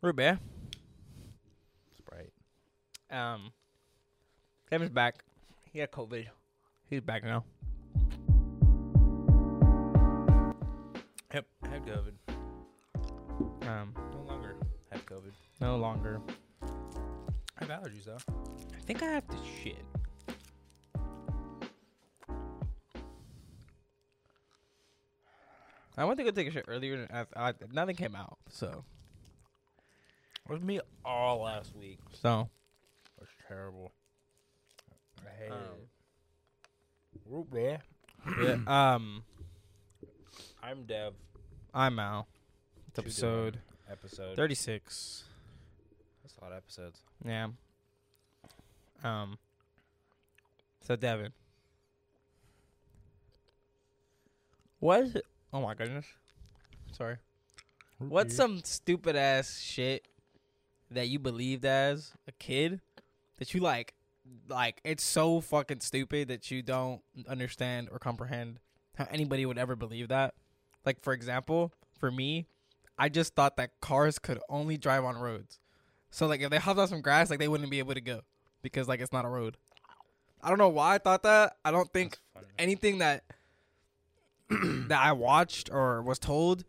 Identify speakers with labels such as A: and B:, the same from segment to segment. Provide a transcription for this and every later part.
A: Root beer.
B: Sprite.
A: Um, Kevin's back. He had COVID. He's back now.
B: Yep. Had COVID.
A: Um,
B: No longer have COVID.
A: no longer.
B: I have allergies though.
A: I think I have to shit. I went to go take a shit earlier, and I, I, nothing came out. So,
B: It was me all last week.
A: so
B: It was terrible. I hated
A: Um,
B: it. Root beer.
A: yeah, um,
B: I'm Dev.
A: I'm out. It's
B: Two to
A: episode
B: Episode.
A: thirty six.
B: That's a lot of episodes.
A: Yeah. Um. So Devin, what? Is it? Oh my goodness. Sorry. What's some stupid ass shit that you believed as a kid that you like? Like it's so fucking stupid that you don't understand or comprehend how anybody would ever believe that. Like for example, for me, I just thought that cars could only drive on roads. So like if they hopped on some grass, like they wouldn't be able to go because like it's not a road. I don't know why I thought that. I don't think
B: That's funny.
A: anything that that I watched or was told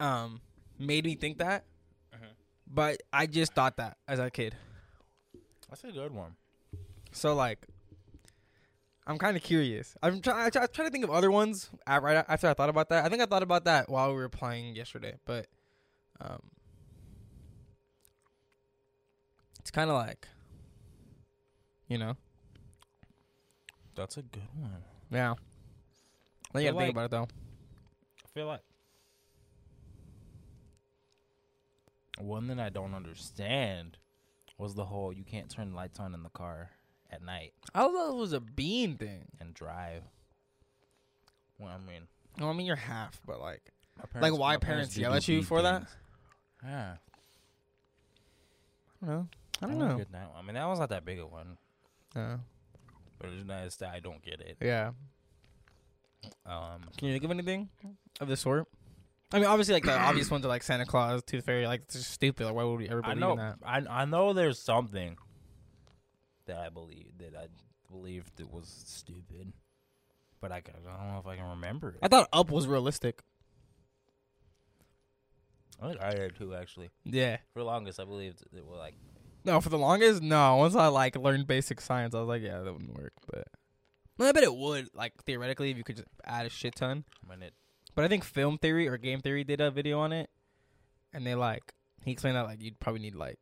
A: um made me think that. Uh-huh.
B: Mhm.
A: But I just thought that as a kid.
B: That's a good one.
A: So like I'm kind of curious. I'm trying try, try to think of other ones a- right after I thought about that. I think I thought about that while we were playing yesterday, but um it's kind of like you know.
B: That's a good one.
A: Yeah. I
B: So,
A: gotta
B: like-
A: think about it though.
B: I feel like one that I don't understand was the whole you can't turn lights on in the car at night
A: I thought it was a bean thing.
B: and drive. Well, I mean,
A: No, I mean you're half, but like
B: my parents,
A: why
B: my
A: parents
B: do
A: yell
B: do
A: at you
B: bead
A: for that?
B: things. Yeah,
A: I don't know. I don't
B: that was a
A: know.
B: good night. I mean, that was not that big a one,
A: Uh,
B: but it's nice that I don't get it.
A: yeah.
B: Um,
A: Can you think of anything of the sort? I mean, obviously, like the obvious ones are like Santa Claus, Tooth Fairy. Like, it's just stupid. Like, why would we ever
B: I
A: believe in
B: know,
A: that?
B: I, I know there's something that I believe that I believed that was stupid, but I, ca- I don't know if I can remember it.
A: I thought Up was realistic.
B: I think I did too, actually.
A: Yeah.
B: For the longest, I believed it was like
A: No, for the longest, no. Once I like learned basic science, I was like, yeah, that wouldn't work. But well, I bet it would. Like theoretically, if you could just add a shit ton.
B: when it.
A: But I think film theory or game theory did a video on it, and they like he explained that like you'd probably need like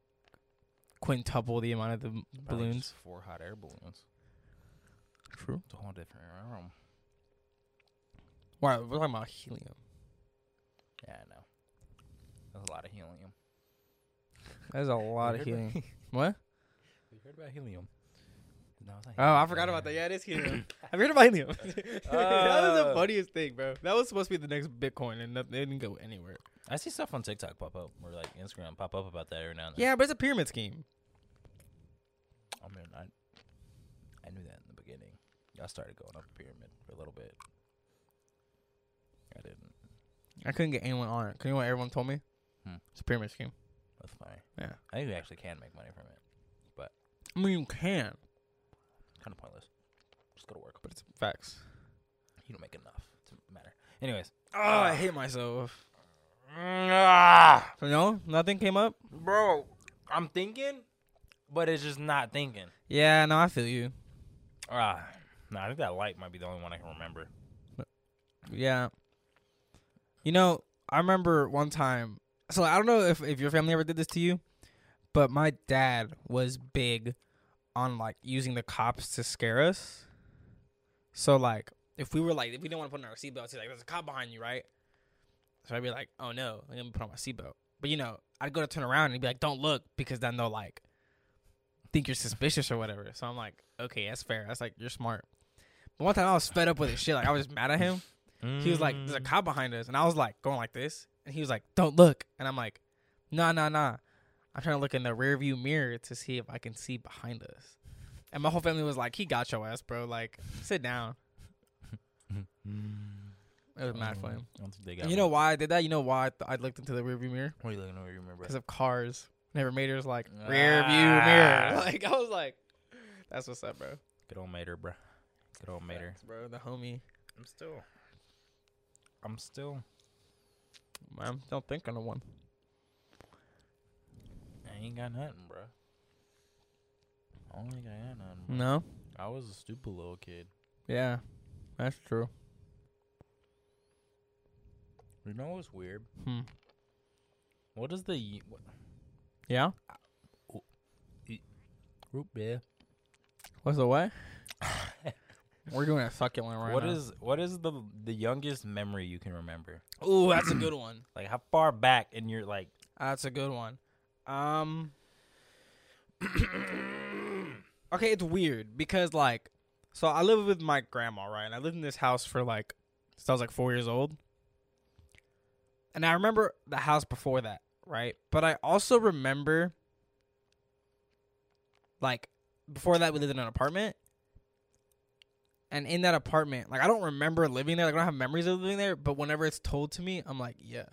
A: quintuple the amount of the m-
B: probably
A: balloons.
B: just Four hot air balloons.
A: True.
B: It's a whole different realm.
A: Wow, we're talking about helium.
B: Yeah, I know. That's a lot of helium.
A: That's a lot of
B: heard about-
A: helium. what?
B: You heard about helium? No, it's not
A: Oh, I
B: helium,
A: forgot about that.
B: yeah.
A: Yeah, it is helium. Have you heard about helium? that was the
B: Oh.
A: funniest thing, bro. That was supposed to be the next Bitcoin, and nothing, it didn't go anywhere.
B: I see stuff on TikTok pop up or like Instagram pop up about that every now and then.
A: Yeah, but it's a pyramid scheme.
B: I mean, I I knew that in the beginning. I started going up the pyramid for a little bit. I didn't.
A: I couldn't get anyone on it. Can you know what everyone told me?
B: Hmm.
A: It's a pyramid scheme.
B: That's fine.
A: Yeah.
B: I think we actually can make money from it.
A: I mean, you can,
B: Kind of pointless. Just go to work.
A: but it's facts.
B: You don't make enough to matter. Anyways.
A: Oh, I hate myself. So no, nothing came up.
B: Ah, Bro, I'm thinking, but it's just not thinking.
A: Yeah, no, I feel you.
B: Ah, no, I think that light might be the only one I can remember.
A: Yeah. You know, I remember one time. So I don't know if if your family ever did this to you, but my dad was big on like using the cops to scare us. So like, if we were like, if we didn't want to put on our seatbelts, he's like, "There's a cop behind you, right?" So I'd be like, "Oh no, I'm gonna put on my seatbelt." But you know, I'd go to turn around and he'd be like, "Don't look," because then they'll like think you're suspicious or whatever. So I'm like, "Okay, that's fair. That's like you're smart." But one time I was fed up with his shit. Like I was just mad at him. He was like,
B: Mm.
A: "There's a cop behind us," and I was like, going like this, and he was like, "Don't look," and I'm like, "Nah, nah, nah." I'm trying to look in the rearview mirror to see if I can see behind us, and my
B: Mm.
A: whole family was like, "He got your ass, bro! Like, sit down." It was mad funny.
B: I don't think Mm. they got.
A: And you know
B: much-
A: why I did that? You know why I, th- I looked into the rearview mirror?
B: What are you looking at? You remember?
A: Because of cars. Never Mater's like, rearview mirror.
B: Ah.
A: Like, I was like, that's what's up, bro.
B: Good old Mater, bruh. Good old Mater.
A: Facts, bro. The homie.
B: I'm still. I'm still.
A: I'm still thinking of one.
B: I ain't got nothing, bruh. I don't think I got nothing. bruh.
A: No?
B: I was a stupid little kid.
A: Yeah. That's true.
B: You know what's weird?
A: Hmm.
B: What is the ye- what,
A: Yeah?
B: root beer?
A: What's the what? We're doing a succulent right
B: What
A: now.
B: is what is the the youngest memory you can remember?
A: Ooh, that's a good one.
B: Like how far back in your like?
A: That's a good one. Um Okay, it's weird because like so I live with my grandma, right? And I lived in this house for like since I was like 4 years old. And I remember the house before that, right? But I also remember like before that we lived in an apartment. And in that apartment, like I don't remember living there, like I don't have memories of living there, but whenever it's told to me, I'm like, yeah.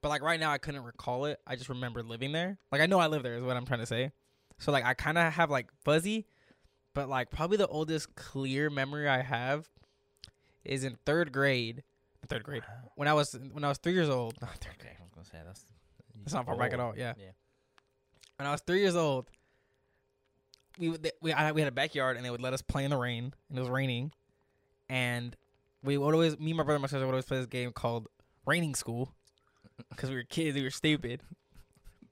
A: But like right now, I couldn't recall it. I just remember living there. Like I know I live there is what I'm trying to say. So like I kind of have like fuzzy, but like probably the oldest clear memory I have is in third grade. Third grade when I was when I was three years old. Not third
B: Okay,
A: grade.
B: I was gonna say that's.
A: That's not far back at all. Oh. Yeah.
B: Yeah.
A: When I was three years old, we would- we I, we had a backyard and they would let us play in the rain and it was raining, and we would always me and my brother and my sister would always play this game called Raining School because we were kids we were stupid.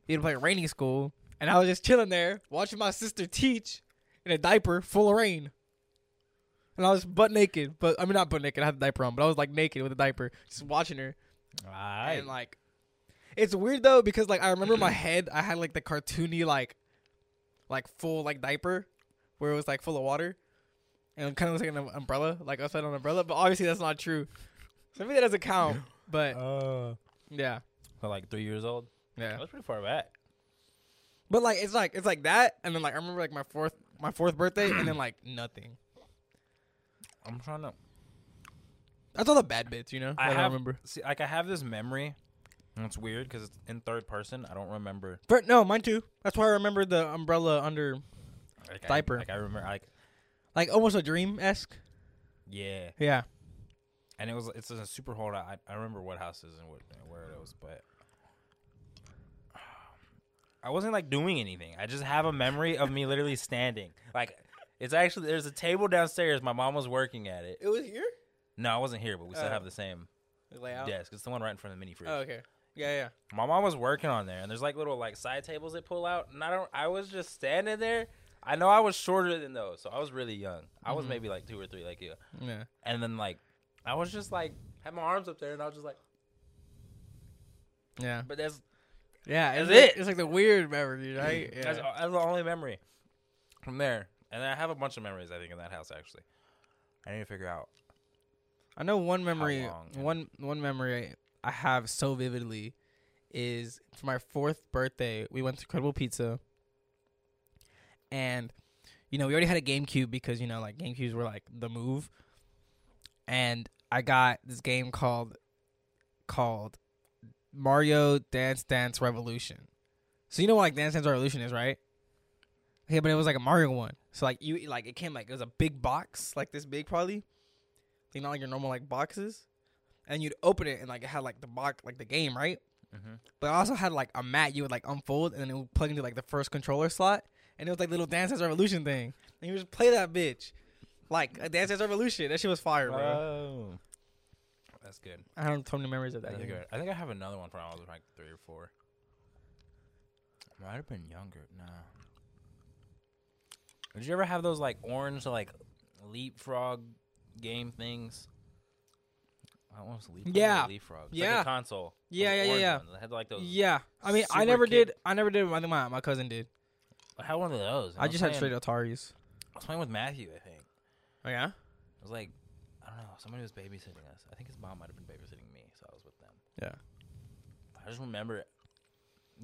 A: We would play Raining School and I was just chilling there watching my sister teach in a diaper full of rain. And I was butt naked, but I mean not butt naked. I had the diaper on, but I was like naked with a diaper, just watching her
B: Alright.
A: and like it's weird though because like I remember in my head I had like the cartoony like like full like diaper where it was like full of water and kind of like an um, umbrella like upside down umbrella but obviously that's not true so maybe that doesn't count but
B: uh,
A: yeah
B: so like three years old.
A: yeah
B: That's pretty far back.
A: but like it's like it's like that and then like I remember like my fourth my fourth birthday and then like nothing
B: I'm trying to
A: that's all the bad bits you know
B: I
A: that
B: have-
A: remember
B: see. Like I have this memory. And it's weird because it's in third person. I don't remember.
A: but no mine too that's why I remember the umbrella under
B: Like, I-
A: Diaper.
B: like I remember. Like
A: like almost a dream esque
B: yeah.
A: yeah
B: and it was it's a super hold. I I remember what houses and what where it was, but I wasn't like doing anything. I just have a memory of me literally standing. Like it's actually there's a table downstairs. My mom was working at it.
A: it was here
B: No, I wasn't here, but we still
A: Oh.
B: have the same
A: layout
B: desk. It's the one right in front of the mini fridge.
A: Oh, okay. Yeah, yeah.
B: My mom was working on there, and there's like little like side tables that pull out, and I don't. I was just standing there. I know I was shorter than those, so I was really young. I was
A: Mhm.
B: maybe like two or three, like you.
A: Yeah.
B: And then like I was just like had my arms up there, and I was just like,
A: Yeah.
B: but that's
A: Yeah. It's
B: That's
A: like,
B: it.
A: it's like the weird memory, right? Yeah.
B: That's, that's the only memory from there. And I have a bunch of memories, I think, in that house, actually. I need to figure out.
A: I know one memory
B: long and-
A: one one memory I have so vividly is for my fourth birthday, we went to Credible Pizza and you know, we already had a GameCube because, you know, like GameCubes were like the move. And I got this game called called Mario Dance Dance Revolution. So you know what like Dance Dance Revolution is, right? Okay, but it was like a Mario one. So like you like it came like it was a big box, like this big probably. You know, like your normal like boxes. And you'd open it and like it had like the box like the game, right?
B: Mm-hmm.
A: But it also had like a mat you would like unfold and then it would plug into like the first controller slot. And it was like little Dance Dance Revolution thing. And you just play that bitch. Like a Dance Dance Revolution. That shit was fire, bro.
B: Oh. That's good.
A: I don't have so many memories of that.
B: That's
A: game.
B: good. I think I have another one from when I was like three or four. Might have been younger. Nah. Did you ever have those like orange like leapfrog game things? I don't know if it's leapfrog. or
A: Yeah.
B: Leapfrog.
A: Yeah.
B: Like a console.
A: Yeah,
B: Those
A: yeah, yeah,
B: orange
A: yeah.
B: ones. I had like those.
A: Yeah, I mean, I
B: super
A: never
B: kid-
A: did. I never did. I think my my cousin did.
B: I had one of those. and
A: I just had
B: playing-
A: straight Ataris.
B: I was playing with Matthew, I think.
A: Oh yeah.
B: It was like, I don't know, somebody was babysitting us. I think his mom might have been babysitting me, so I was with them.
A: Yeah.
B: I just remember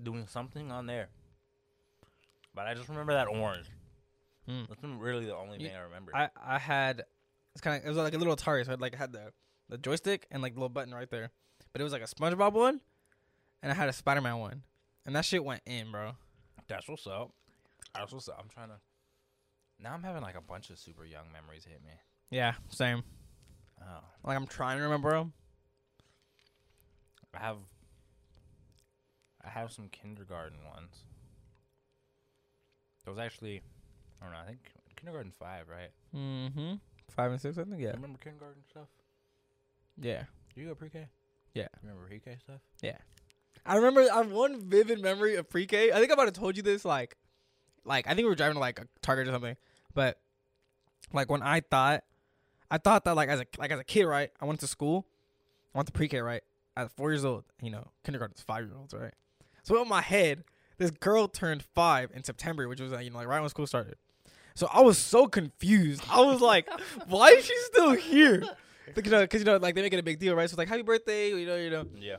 B: doing something on there. But I just remember that orange.
A: Mm.
B: That's really the only
A: You-
B: thing I remember.
A: I I had it's kind of it was like a little Atari, so I like had the the joystick and like the little button right there. But it was like a SpongeBob one, and I had a Spider Man one, and that shit went in, bro.
B: That's what's up. That's what's up. I'm trying to. Now I'm having like a bunch of super young memories hit me.
A: Yeah, same.
B: Oh,
A: Like I'm trying to remember them.
B: I have. I have some kindergarten ones. There was actually, I don't know. I think kindergarten five, right?
A: Mm-hmm. Five and six, I think. Yeah.
B: You remember kindergarten stuff?
A: Yeah.
B: Did you go pre-K?
A: Yeah.
B: You remember pre-K stuff?
A: I remember I have one vivid memory of pre-K. I think I might have told you this like like I think we were driving to like a Target or something. But like when I thought I thought that like as a like as a kid, right? I went to school. I went to pre-K, right? At 4 years old, you know, kindergarten's 5-year-olds, right? So in my head, this girl turned 5 in September, which was like, you know, like right when school started. So I was so confused. I was like, why is she still here? Because you, know, 'cause, you know, like they make it a big deal, right? So it's like, happy birthday, you know, you know
B: Yeah.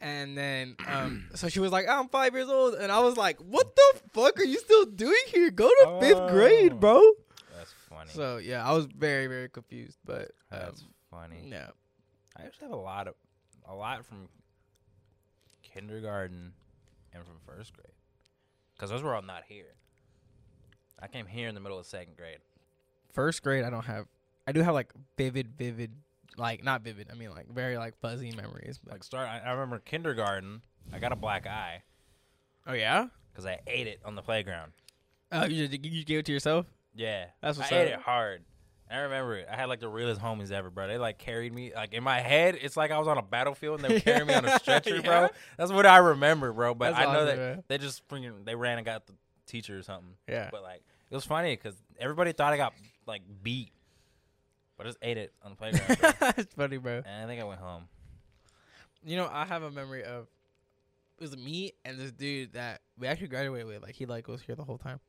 A: and then um, so she was like, "I'm five years old," and I was like, "What the fuck are you still doing here? Go to fifth
B: Oh.
A: grade, bro."
B: That's funny.
A: So yeah, I was very very confused, but um,
B: That's funny.
A: yeah,
B: I actually have a lot of a lot from kindergarten and from first grade because those were all not here. I came here in the middle of second grade.
A: first grade I don't have. I do have like vivid, vivid, like not vivid. I mean like very like fuzzy memories. But,
B: Like start, I, I remember kindergarten. I got a black eye
A: oh yeah.
B: because I ate it on the playground.
A: Oh, you just, you gave it to yourself.
B: Yeah,
A: That's what's
B: I ate
A: up.
B: it hard. I remember it. I had like the realest homies ever, bro. They like carried me. Like in my head, it's like I was on a battlefield and they were carrying me on a stretcher,
A: Yeah.
B: bro. That's what I remember, bro. But
A: That's
B: I know
A: awesome,
B: that
A: man.
B: they just freaking they ran and got the teacher or something.
A: Yeah.
B: But like it was funny because everybody thought I got like beat, but I just ate it on the playground. bro.
A: it's funny, bro.
B: and I think I went home.
A: You know, I have a memory of it was me and this dude that we actually graduated with. Like he like was here the whole time,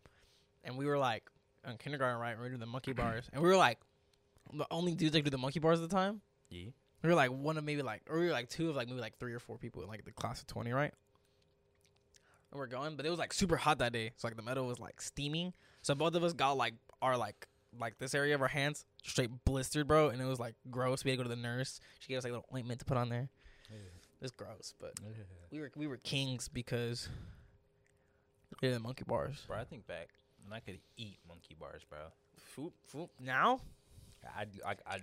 A: and we were like in kindergarten, right? And we were doing the monkey bars, and we were like the only dudes that could do the monkey bars at the time.
B: Yeah.
A: We were like one of maybe like, or we were like two of like maybe like three or four people in like the class of twenty, right? And we're going, but it was like super hot that day, so like the metal was like steaming. So both of us got like our like like this area of our hands straight blistered, bro, and it was like gross. We had to go to the nurse. She gave us like a little ointment to put on there. It's gross, but we were we were kings because we did the monkey bars.
B: Bro, I think back when I could eat monkey bars, bro.
A: Foop, foop. Now,
B: I, I, I,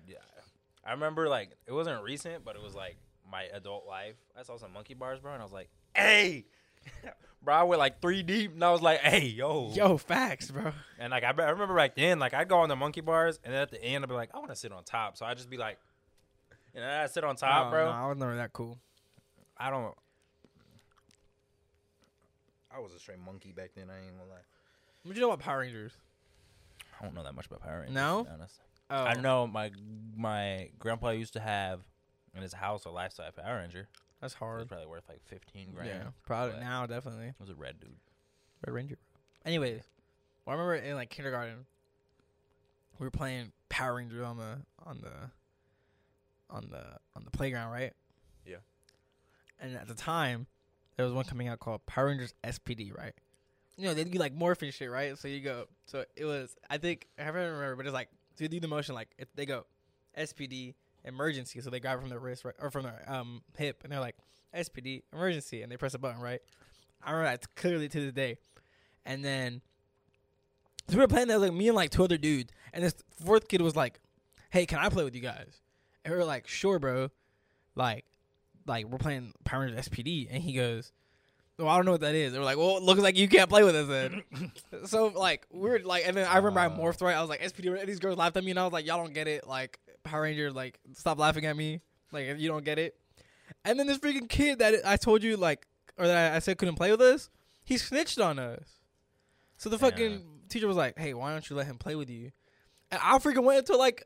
B: I remember like it wasn't recent, but it was like my adult life. I saw some monkey bars, bro, and I was like, "Hey, bro!" I went like three deep, and I was like, "Hey, yo,
A: yo, facts, bro.
B: And like I, be- I remember back then, like I'd go on the monkey bars, and then at the end, I'd be like, "I want to sit on top," so I'd just be like, "And then I sit on top,
A: No,
B: bro."
A: no, I was never that cool.
B: I don't. I was a straight monkey back then. I ain't gonna lie.
A: What you know about Power Rangers?
B: I don't know that much about Power Rangers.
A: No?
B: to be honest.
A: Oh,
B: I know my my grandpa used to have in his house a life size Power Ranger.
A: that's
B: It was
A: hard.
B: probably worth like fifteen grand.
A: Yeah, probably
B: But-
A: now definitely
B: It was a red dude.
A: Red Ranger. Anyways, well, I remember in like kindergarten, we were playing Power Rangers on the on the on the on the playground, right?
B: Yeah.
A: And at the time, there was one coming out called Power Rangers SPD, right? You know, they do like morphing shit, right? So you go. So it was, I think, I don't remember, but it's like, so you do the motion, like, it, they go SPD emergency. So they grab it from their wrist, right? Or from their um, hip, and they're like, SPD emergency. And they press a button, right? I remember that clearly to this day. And then so we were playing that like me and like two other dudes, and this fourth kid was like, "Hey, can I play with you guys?" And we were like, "Sure, bro." Like, like we're playing Power Rangers SPD, and he goes, "Well, I don't know what that is." They were like, "Well, it looks like you can't play with us then." so like we were like, and then I remember I
B: Wow.
A: morphed right. I was like SPD, and these girls laughed at me, and I was like, "Y'all don't get it." Like Power Rangers, like stop laughing at me. Like if you don't get it. And then this freaking kid that I told you like, or that I- I said couldn't play with us, he snitched on us. So the
B: Damn.
A: fucking teacher was like, "Hey, why don't you let him play with you?" And I freaking went into like,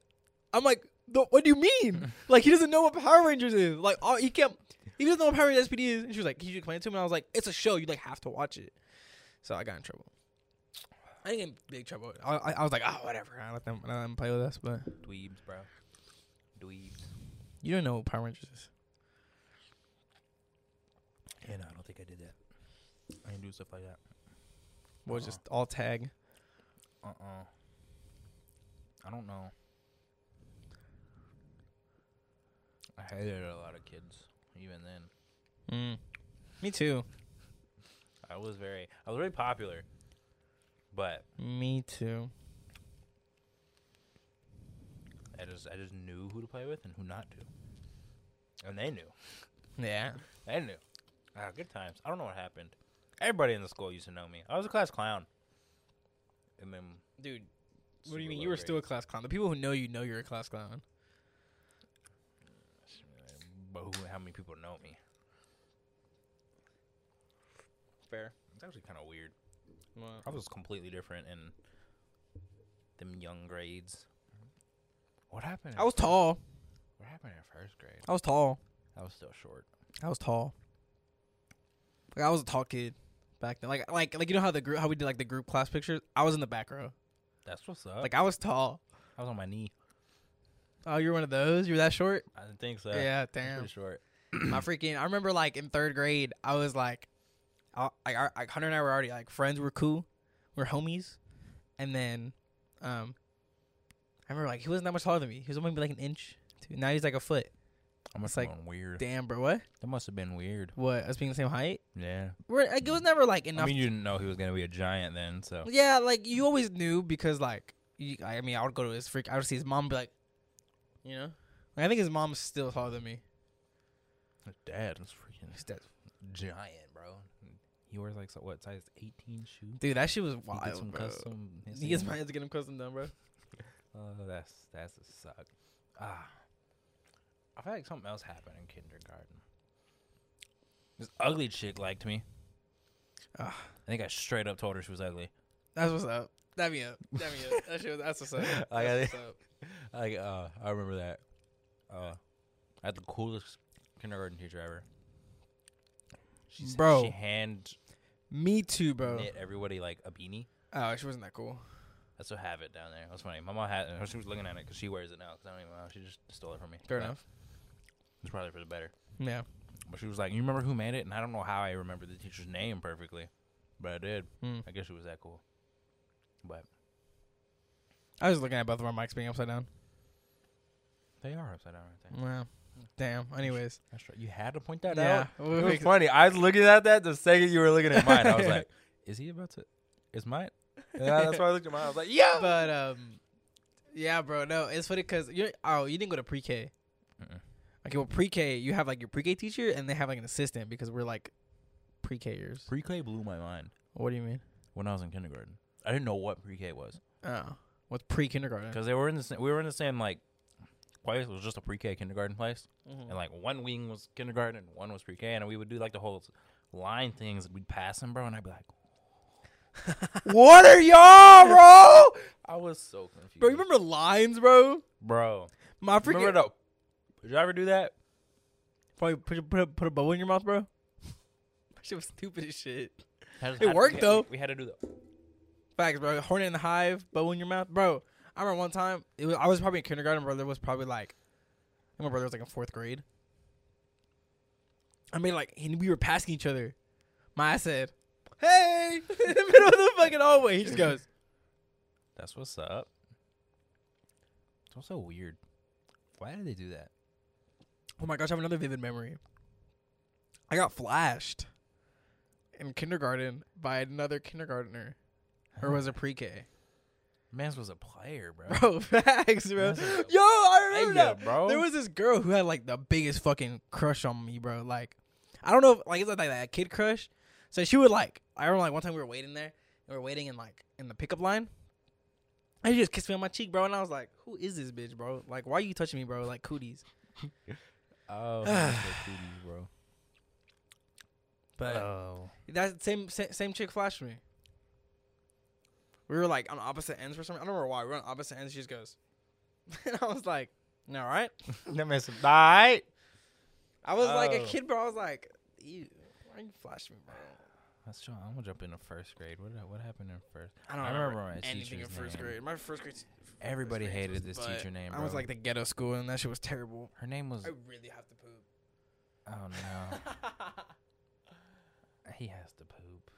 A: I'm like, "No, "What do you mean? like he doesn't know what Power Rangers is. Like all, he can't, he doesn't know what Power Rangers SPD is." And she was like, "Can you explain it to him?" And I was like, "It's a show. You like have to watch it." So I got in trouble. I didn't get in big trouble. I, I, I was like, "Oh, whatever." I let them, I let them play with us, but
B: Dweebs, bro. Dweebs.
A: you don't know what Power Rangers is.
B: Yeah, no, I don't think I did that. I didn't do stuff like that.
A: Well, it's
B: Uh-uh.
A: just all tag.
B: Uh uh I don't know. I hated a lot of kids. Even then,
A: Mm. Me too.
B: I was very, I was very popular. But
A: Me too.
B: I just, I just knew who to play with and who not to, and they knew.
A: Yeah.
B: They knew. Ah, good times. I don't know what happened. Everybody in the school used to know me. I was a class clown. And then
A: Dude, what
B: super
A: do you mean?
B: low
A: You were still a
B: grades.
A: class clown. The people who know you know you're a class clown.
B: But who, how many people know me?
A: Fair.
B: It's actually kind of weird. I was completely different in them young grades. What happened?
A: I was tall.
B: What happened in first grade?
A: I was tall.
B: I was still short.
A: I was tall. Like I was a tall kid back then. Like like like you know how the group how we did like the group class pictures. I was in the back row.
B: That's what's up.
A: Like I was tall.
B: I was on my knee.
A: Oh, you're one of those. You're that short.
B: I didn't think so.
A: yeah,
B: I was
A: damn.
B: Pretty short.
A: my freaking I remember like in third grade I was like I, like our- like Hunter and I were already like friends we're cool we're homies and then um I remember like he wasn't that much taller than me he was only maybe like an inch two. now he's like a foot
B: I must
A: It's
B: have
A: like,
B: been weird.
A: damn bro what
B: That must have been weird.
A: what us being the same height
B: Yeah.
A: we're like it was never like enough
B: I mean, you didn't know he was gonna be a giant then, so
A: yeah like you always knew because like you, I mean I would go to his freak I would see his mom and be like you know like, I think his mom's still taller than me
B: his dad was freaking
A: His dad's-
B: giant, bro. He wears like so what size eighteen shoe?
A: dude that shit was
B: He
A: wild
B: did some
A: bro
B: custom.
A: he gets my hands to get him custom done bro
B: Oh, that's that's a suck. Ah, I feel like something else happened in kindergarten. This ugly chick liked me.
A: Ah.
B: I think I straight up told her she was ugly.
A: That's what's up. That me up. That me up. That shit was, that's what's up. That's
B: I got it.
A: what's up.
B: Like, uh, I remember that. Uh, I had the coolest kindergarten teacher ever. She s-
A: Bro.
B: she hand
A: Me too, bro.
B: knit everybody like a beanie.
A: Oh, she wasn't that cool.
B: I still have it down there. That's funny. My mom had it. She was looking at it because she wears it now. Because I don't even know. She just stole it from me.
A: Fair
B: But
A: enough.
B: It's probably for the better.
A: Yeah.
B: But she was like, "You remember who made it?" And I don't know how I remember the teacher's name perfectly, but I did.
A: Mm.
B: I guess she was that cool. But
A: I was looking at both of our mics being upside down.
B: they are upside down right there.
A: Wow. Damn. Anyways.
B: That's right. You had to point that
A: Hmm. yeah.
B: out.
A: We'll
B: It was
A: fix-
B: funny. I was looking at that the second you were looking at mine. I was like, "Is he about to? Is mine?" Yeah, that's why I looked at mine. I was like, "Yeah."
A: But um, yeah, bro. No, it's funny because you oh you didn't go to pre-K.
B: Mm-mm.
A: Okay, well pre-K you have like your pre-K teacher and they have like an assistant because we're like pre-Kers.
B: Pre-K blew my mind
A: what do you mean?
B: when I was in kindergarten. I didn't know what pre-K was
A: Oh, what's pre-kindergarten?
B: because they were in the same, we were in the same like place. It was just a pre-K kindergarten place.
A: Mhm.
B: and like one wing was kindergarten and one was pre-K, and we would do like the whole line things. We'd pass them, bro, and I'd be like, "What are y'all, bro?" I was so confused,
A: Bro, you remember lines, bro?
B: bro.
A: My freaking
B: Remember the? Did you ever do that?
A: Probably put put a, put a bow in your mouth, bro. That shit was stupid as shit.
B: Had-
A: It
B: had-
A: worked,
B: we-
A: though.
B: We, had to do the.
A: Facts, bro. Hornet in the hive, bow in your mouth, bro. I remember one time it was, I was probably in kindergarten. My brother was probably like, I think my brother was like in fourth grade. I mean, like, and we were passing each other. My ass said, "Hey!" in the middle of the fucking hallway. He just goes,
B: That's what's up. It's also weird. Why did they do that?
A: "Oh my gosh, I have another vivid memory. I got flashed in kindergarten by another kindergartner, or was it pre-K?"
B: Mans was a player, bro.
A: Bro, facts, bro.
B: That's a-
A: Yo, I remember
B: Yeah,
A: that.
B: bro.
A: There was this girl who had like the biggest fucking crush on me, bro. Like, I don't know, if, like it's like that kid crush. So she would like, I remember like one time we were waiting there, and we were waiting in like in the pickup line. And she just kissed me on my cheek, bro, and I was like, "Who is this bitch, bro? Like, why are you touching me, bro? Like cooties."
B: oh, that's so cooties, bro.
A: But
B: oh,
A: that same sa- same chick flashed me. We were like on opposite ends for some. I don't remember why. We were on opposite ends. She just goes, and I was like, "All right."
B: that man said, "All right."
A: I was like a
B: Oh.
A: kid, bro. I was like, "Ew, why you flash me, bro?"
B: That's true. I'm gonna jump into first grade. What did I- what happened in first?
A: I don't
B: I
A: remember,
B: remember my
A: anything in
B: teacher's
A: first
B: name.
A: grade. My first grade.
B: Everybody
A: first grade
B: hated
A: was-
B: this
A: but
B: teacher name.
A: I was
B: bro.
A: like the ghetto school, and that shit was terrible.
B: her name was.
A: I really have to poop.
B: Oh no, he has to poop.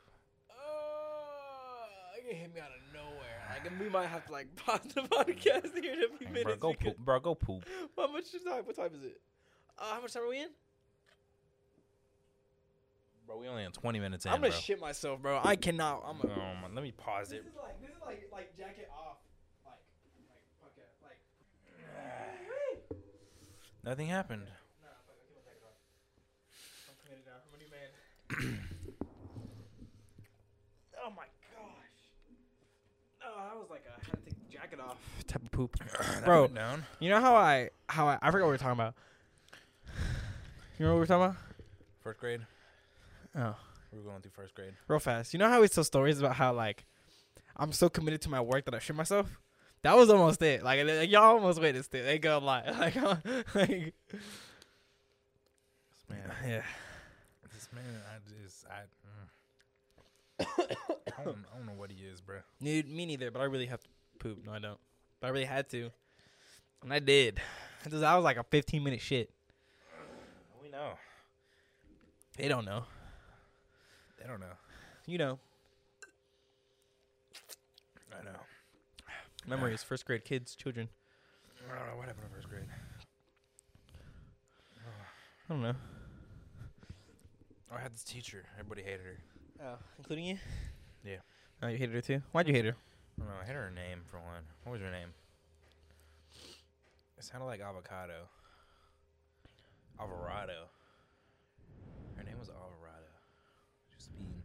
A: oh, it hit me out of nowhere. Like we might have to like pause the podcast here in a few
B: Hey, bro,
A: minutes.
B: go
A: because-
B: poop, bro. Go poop.
A: How much time? What time is it? Uh, how much time are we in?
B: Bro, we only in 20 minutes in,
A: I'm gonna
B: bro.
A: shit myself, bro. I cannot. I'm gonna.
B: Um, let me pause it.
A: like this is like like jacket off, like like okay, like.
B: Nothing happened.
A: Nah, fuck, I keep my jacket off. I'm committed now. I'm a new man. oh my gosh. No, that was like a I had to take the jacket off type of poop.
B: That
A: Bro.
B: went down.
A: You know how I how I, I forgot what we were talking about. You remember what we were talking
B: First grade.
A: about? Oh.
B: We were going through first grade.
A: Real fast. You know how we tell stories about how like I'm so committed to my work that I shit myself? That was almost it. Like, like, y'all almost witnessed it. They go like, like, like
B: This man,
A: yeah.
B: this man, I just, I, mm. I, don't, I don't know what he is, bro.
A: Dude, me neither, but I really have to poop. No, I don't. But I really had to. And I did. That was- that was like a 15 minute shit.
B: We know.
A: They don't know.
B: They don't know.
A: You know,
B: I know.
A: memories, first grade, kids, children.
B: I don't know what happened in first grade.
A: I don't know.
B: Oh, I had this teacher. Everybody hated her.
A: Oh, including you?
B: Yeah.
A: Oh, you hated her too? Why'd you hate her?
B: I don't know. I hated her name for one. What was her name? It sounded like avocado. Alvarado. Her name was Alvarado. She was mean.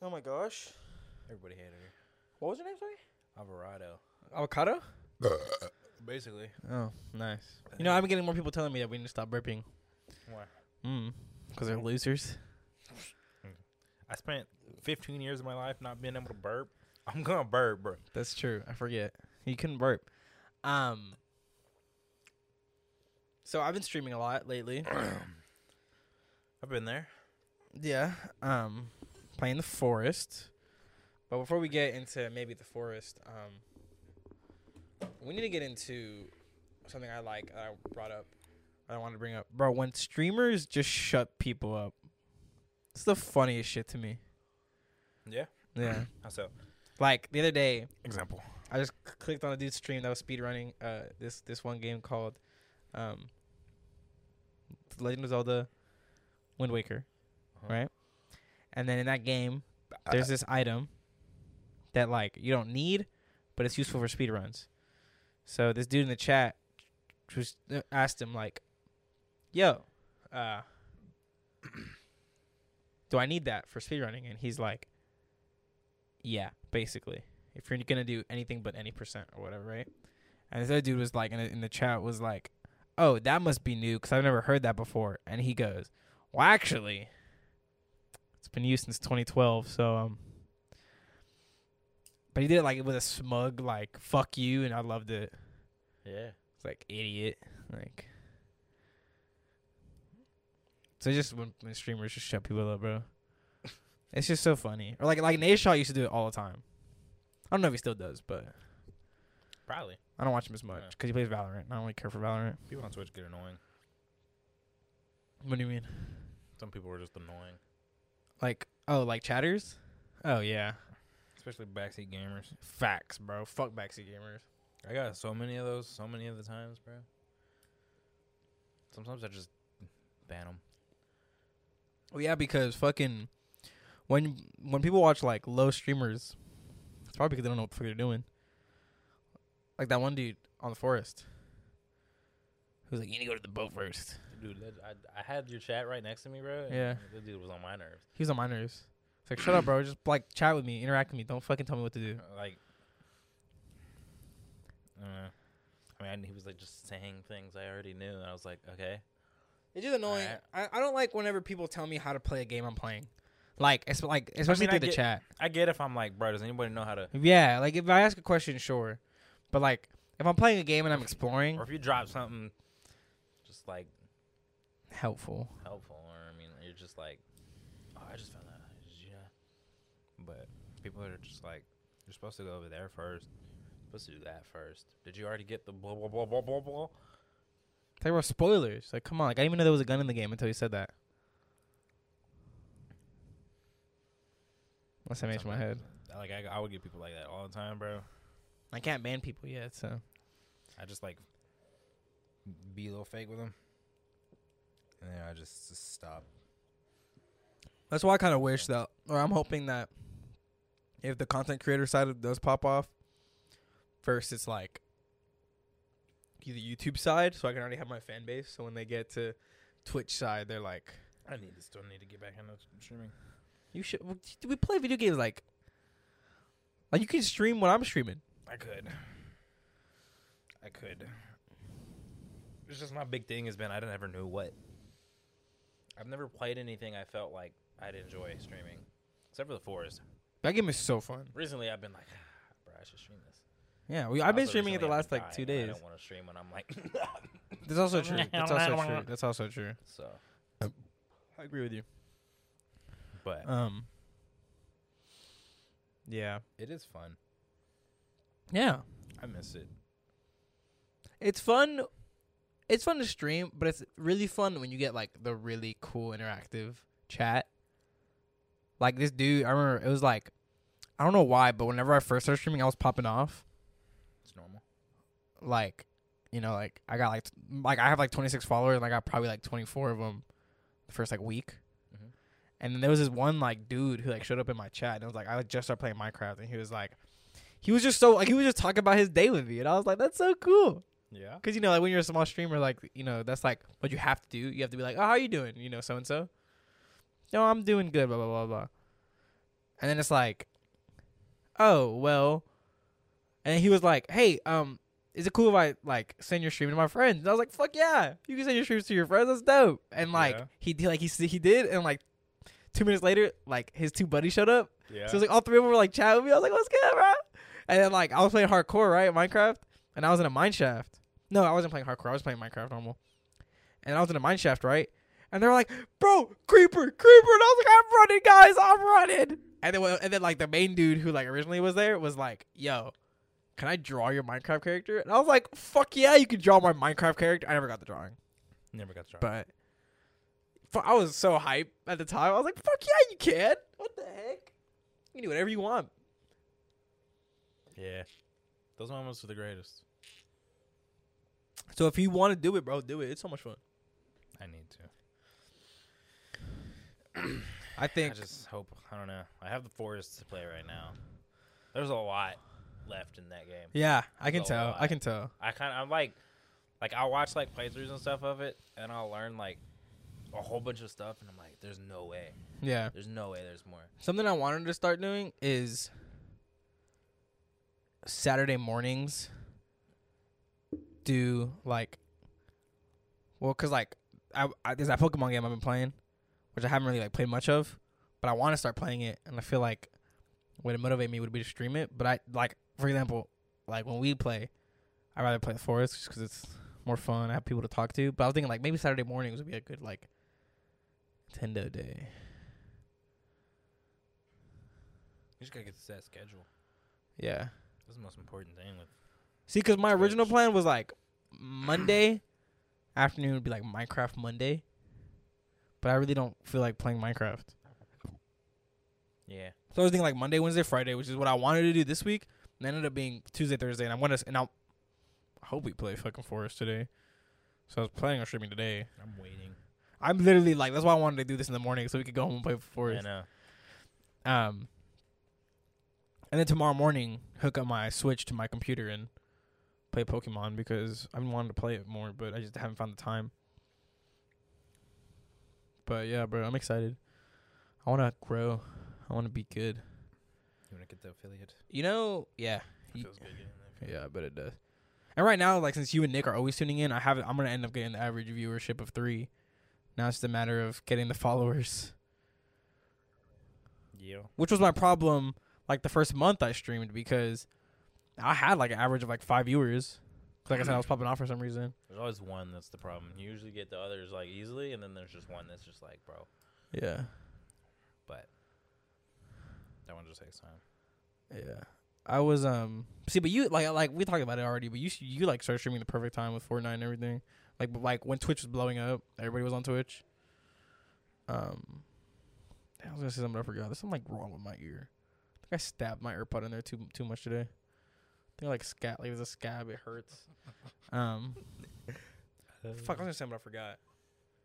A: Oh my gosh.
B: Everybody hated her.
A: What was her name, sorry?
B: Alvarado.
A: Avocado?
B: Basically.
A: Oh, nice. You know, I've been getting more people telling me that we need to stop burping.
B: Why?
A: Mm. Because they're losers.
B: I spent 15 years of my life not being able to burp. I'm gonna burp, bro.
A: That's true. I forget. You couldn't burp. Um. So I've been streaming a lot lately.
B: I've been there.
A: Yeah. Um, playing the forest. But before we get into maybe the forest, um, we need to get into something I like. that I brought up. I want to bring up, bro. When streamers just shut people up, it's the funniest shit to me.
B: Yeah.
A: Yeah.
B: How so?
A: like the other day,
B: Example.
A: I just c- clicked on a dude's stream that was speedrunning uh this this one game called um The Legend of Zelda Wind Waker,
B: Uh-huh.
A: right? And then in that game, there's this item that like you don't need, but it's useful for speedruns. So this dude in the chat just uh, asked him like, "Yo, uh do I need that for speedrunning?" And he's like, "Yeah, basically." if you're gonna do anything but any percent or whatever, right? And this other dude was like, in, the- in the chat was like, "Oh, that must be new because I've never heard that before." And he goes, "Well, actually, it's been used since 2012." So, um, but he did it like with a smug, like "fuck you," and I loved it.
B: Yeah.
A: It's like idiot, like. So just when, when streamers just shut people up, bro. It's just so funny. Or like like Nashaw used to do it all the time. I don't know if he still does, but
B: Probably.
A: I don't watch him as much
B: Yeah.
A: because he plays Valorant. and I don't really care for Valorant.
B: People on Twitch get annoying.
A: What do you mean?
B: Some people are just annoying,
A: Like oh, like chatters? Oh yeah,
B: especially backseat gamers.
A: facts, bro. Fuck backseat gamers.
B: I got so many of those, so many of the times, bro. Sometimes I just ban them.
A: Well, yeah, because fucking when when people watch like low streamers, it's probably because they don't know what the fuck they're doing. Like that one dude on the forest, who's like, "You need to go to the boat first.
B: Dude, that, I, I had your chat right next to me, bro. and
A: Yeah.
B: That dude was on my nerves.
A: He was on my nerves. It's like, shut up, bro. Just like chat with me, interact with me. Don't fucking tell me what to do.
B: Like, I don't know. I mean, he was like just saying things I already knew, and I was like, okay.
A: It's just annoying.
B: Alright.
A: I, I don't like whenever people tell me how to play a game I'm playing. Like, it's like especially
B: I
A: through the
B: get-
A: chat.
B: I get if I'm like, bro, does anybody know how to?
A: Yeah, like if I ask a question, sure, but like if I'm playing a game and I'm exploring,
B: Or if you drop something, just like
A: helpful.
B: helpful, or I mean, you're just like, oh, I just found that. Did you know? But people are just like, you're supposed to go over there first. Supposed to do that first. Did you already get the blah blah blah blah blah blah?
A: They were spoilers. Like, come on. Like, I didn't even know there was a gun in the game until you said that. Unless I made my head.
B: Sometimes, Like I, I would get people like that all the time, bro.
A: I can't ban people yet, so.
B: I just like be a little fake with them. and then I just, just stopped.
A: That's why I kind of wish that, or I'm hoping that, if the content creator side of does pop off, first it's like either YouTube side, so I can already have my fan base. So when they get to Twitch side, they're like,
B: I need to still need to get back into streaming.
A: "You should." w- do We play video games like, like you can stream what I'm streaming.
B: I could. I could. It's just my big thing has been I don't ever knew what. I've never played anything I felt like I'd enjoy streaming, except for The Forest.
A: That game is so fun.
B: Recently, I've been like, ah, bro, I should stream this.
A: Yeah, we, I've been
B: Also,
A: streaming it the
B: recently, I've
A: last
B: been
A: like two
B: dying.
A: days.
B: I don't want to stream when I'm like,
A: That's also true. That's also true. That's also true.
B: so.
A: I agree with you.
B: But
A: Um. Yeah.
B: it is fun.
A: Yeah.
B: I miss it.
A: It's fun. It's fun to stream, but it's really fun when you get like the really cool interactive chat. Like this dude, I remember it was like, I don't know why, but whenever I first started streaming, I was popping off.
B: It's normal.
A: Like, you know, like I got like t- like I have like 26 followers, and I got probably like 24 of them the first like week.
B: Mhm.
A: And then there was this one like dude who like showed up in my chat, and it was like I like, just started playing Minecraft, and he was like, he was just so like he was just talking about his day with me, and I was like, that's so cool.
B: Yeah.
A: Because you know, like when you're a small streamer, like you know, that's like what you have to do. You have to be like, "Oh, how you doing?" You know, so and so. No, I'm doing good. Blah blah blah blah. And then it's like, oh well. And he was like, "Hey, um, is it cool if I like send your stream to my friends?" And I was like, "Fuck yeah, you can send your streams to your friends. That's dope." And like
B: Yeah.
A: he did, like he s- he did, and like two minutes later, like his two buddies showed up.
B: Yeah.
A: So it was like all three of them were like chatting with me. I was like, "What's good, bro?" And then like I was playing hardcore, right, Minecraft, and I was in a mine shaft. No, I wasn't playing hardcore. I was playing Minecraft normal, and I was in a mine shaft, right? And they were like, "Bro, creeper, creeper!" And I was like, "I'm running, guys, I'm running." And then and then like the main dude who like originally was there was like, "Yo." Can I draw your Minecraft character? And I was like, "Fuck yeah, you can draw my Minecraft character." I never got the drawing,
B: Never got to try.
A: but fu- I was so hype at the time. I was like, "Fuck yeah, you can!" What the heck? You can do whatever you want.
B: yeah. Those moments were the greatest.
A: So if you want to do it, bro, do it. It's so much fun.
B: I need to.
A: I
B: I
A: think
B: just hope. I don't know. I have the forest to play right now. There's a lot left in that game.
A: Yeah, I can
B: a
A: tell. I
B: lot.
A: can tell.
B: I kind of. I'm like, like I'll watch like playthroughs and stuff of it, and I'll learn like a whole bunch of stuff, and I'm like, there's no way.
A: Yeah.
B: There's no way. There's more.
A: Something I wanted to start doing is Saturday mornings do like well cuz like I, I there's that Pokemon game I've been playing which I haven't really like played much of, but I want to start playing it and I feel like a way to motivate me would be to stream it, but I like for example, like when we play I'd rather play the forest just cuz it's more fun. I have people to talk to, but I was thinking like maybe Saturday mornings would be a good like Nintendo day.
B: You just gotta get to that schedule.
A: Yeah.
B: That's the most important thing. With
A: See, because my original
B: Twitch.
A: plan was like Monday afternoon would be like Minecraft Monday, but I really don't feel like playing Minecraft.
B: yeah,
A: So I was thinking like Monday, Wednesday, Friday, which is what I wanted to do this week. And ended up being Tuesday, Thursday, and I'm gonna s- and I'll, I hope we play fucking Forest today. So I was planning on streaming today.
B: I'm waiting.
A: I'm literally like that's why I wanted to do this in the morning so we could go home and play
B: I
A: Forest.
B: know.
A: Um, and then tomorrow morning, hook up my Switch to my computer and play Pokemon because I've been wanting to play it more, but I just haven't found the time. But yeah, bro, I'm excited. I want to grow. I want to be good.
B: You wanna get the affiliate?
A: You know, yeah, Ye-
B: Feels good getting the affiliate.
A: yeah, I bet it does. And right now, like since you and Nick are always tuning in, I have I'm gonna end up getting the average viewership of three. Now it's just a matter of getting the followers.
B: Yeah.
A: which was my problem like the first month I streamed because I had like an average of like five viewers. 'Cause, Like I said, I was popping off for some reason.
B: There's always one that's the problem. You usually get the others like easily, and then there's just one that's just like, bro,
A: Yeah,
B: that one just takes time.
A: yeah. I was um see, but you like like we talked about it already, but you s- you like started streaming the perfect time with Fortnite and everything. Like but, like when Twitch was blowing up, everybody was on Twitch. Um, I was gonna say something but I forgot. There's something like wrong with my ear. I think I stabbed my earpod in there too too much today. I think I, like scat like it was a scab. It hurts. Um. Uh, Fuck, I was gonna say, but I forgot.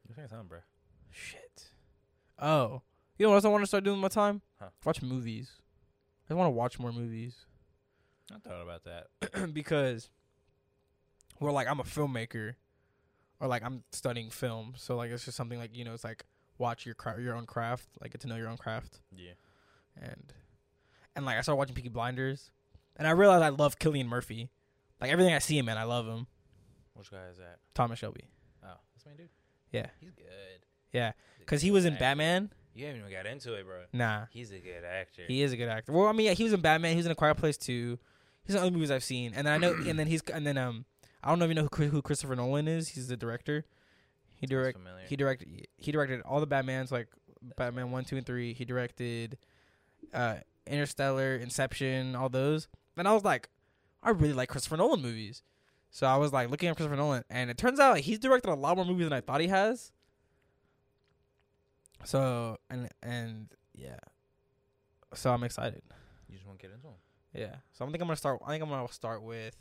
B: Your thing's on, bro.
A: Shit. Oh, you know what else I want to start doing with my time?
B: Huh.
A: Watch movies. I want to watch more movies
B: I thought about that.
A: because, well, like I'm a filmmaker, or like I'm studying film, so like it's just something like you know it's like watch your cra- your own craft, like get to know your own craft,
B: Yeah.
A: and and like I started watching Peaky Blinders, and I realized I love Killian Murphy, like everything I see him in, I love him.
B: Which guy is that?
A: Thomas Shelby,
B: Oh, this man dude.
A: Yeah.
B: He's good.
A: yeah,
B: He's a
A: because he
B: good
A: was in
B: actor.
A: Batman.
B: You haven't even got into it, bro.
A: Nah,
B: He's a good actor.
A: He is a good actor. Well, I mean, yeah, he was in Batman. He was in A Quiet Place too. He's in other movies I've seen, and then I know, and then he's, and then um, I don't know if you know who, Chris- who Christopher Nolan is. He's the director. He
B: Sounds
A: direct.
B: familiar.
A: He directed. He directed all the Batman's, like Batman one, two, and three. He directed, uh, Interstellar, Inception, all those. And I was like, I really like Christopher Nolan movies. So I was like looking at Christopher Nolan, and it turns out like, he's directed a lot more movies than I thought he has. So and and yeah, so I'm excited.
B: you just want to get into him.
A: Yeah. So I'm think I'm gonna start. I think I'm gonna start with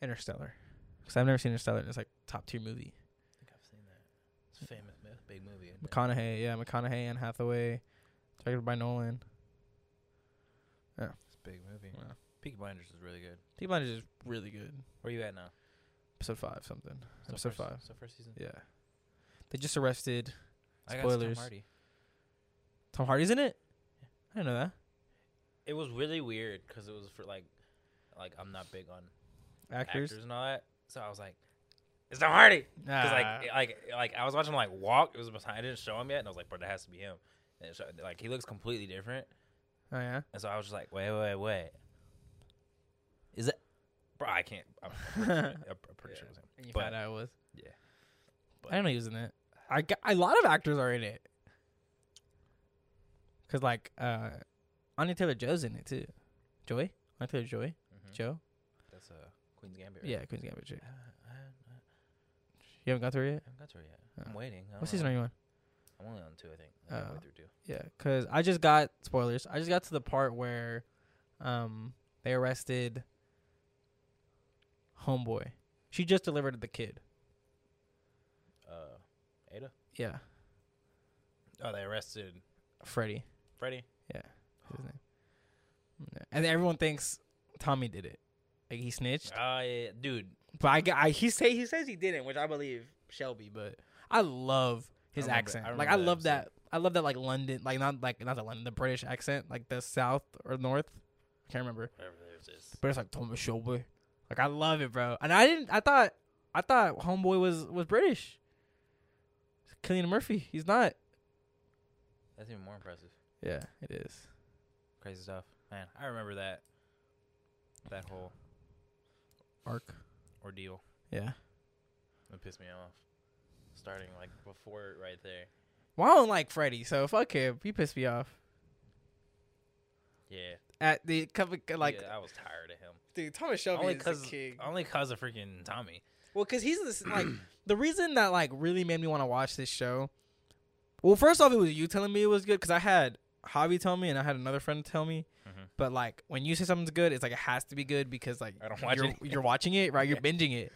A: Interstellar, because I've never seen Interstellar. and It's like top tier movie.
B: I think I've seen that. It's a famous, mo- big movie. isn't it?
A: McConaughey, yeah, McConaughey and Hathaway, directed by Nolan.
B: It's a big movie.
A: Yeah.
B: Peaky Blinders is really good.
A: Peaky Blinders is really good.
B: Where you at now?
A: Episode five, something.
B: So
A: Episode
B: first,
A: five.
B: So first season.
A: Yeah. They just arrested
B: I got Tom
A: Spoilers.
B: Hardy.
A: Tom Hardy's in it. I didn't know that.
B: It was really weird because it was for like, like I'm not big on
A: Actors.
B: actors, and all that. So I was like, it's Tom Hardy. Because
A: Ah.
B: like, it- like, like I was watching him like walk. It was behind. I didn't show him yet, and I was like, bro, that has to be him. And it showed- like he looks completely different.
A: oh yeah.
B: And so I was just like, wait, wait, wait. Is it? Bro, I can't. I'm, I'm pretty sure- I'm pretty sure it was him.
A: And you
B: But-
A: found out it was.
B: yeah.
A: I didn't know he was in it. I got, a lot of actors are in it. Cause like uh, Anya Taylor Joy's in it too. Joy. Anya Taylor Joy.
B: Mhm.
A: Joe.
B: That's uh, Queen's Gambit. right?
A: Mm-hmm. Yeah, Queen's Gambit. Joy.
B: Uh, I, I
A: You haven't got through it yet.
B: haven't got to her yet.
A: Uh,
B: I'm waiting. I
A: What
B: don't
A: season
B: know.
A: are you on?
B: I'm only on two, I think. I'm
A: Oh.
B: halfway through two.
A: Yeah, cause I just got spoilers. I just got to the part where, um, they arrested. Homeboy, she just delivered the kid.
B: Uh, Ada.
A: Yeah,
B: Oh, they arrested
A: Freddie.
B: Freddie.
A: his name. Yeah. And then everyone thinks Tommy did it, like he snitched.
B: Oh, yeah, dude.
A: But I, g- I- he say he says he didn't, which I believe Shelby. But I love his
B: remember-
A: accent.
B: I
A: like
B: remember
A: I
B: that
A: love that.
B: episode.
A: I love that like London, like not like not the London, the British accent, like the South or North. I can't remember.
B: Whatever it is.
A: But it's like Thomas Shelby. Like I love it, bro. And I didn't. I thought. I thought Homeboy was was British. Killian Murphy. He's not.
B: That's even more impressive.
A: Yeah, it is.
B: Crazy stuff, man. I remember that. That whole
A: Arc.
B: ordeal.
A: Yeah.
B: It pissed me off. Starting like before it right there.
A: Well, I don't like Freddy, so fuck him. He pissed me off.
B: Yeah.
A: At the cover, like
B: Like I was tired of him.
A: dude, Thomas Shelby
B: Only
A: is
B: cause,
A: the king.
B: only cause of freaking Tommy.
A: Well, because he's this, like the reason that like really made me want to watch this show. Well, first off, it was you telling me it was good because I had Javi tell me and I had another friend tell me.
B: Mhm.
A: But like when you say something's good, it's like it has to be good because like
B: I don't watch
A: you're,
B: it.
A: you're watching it, right? You're binging it.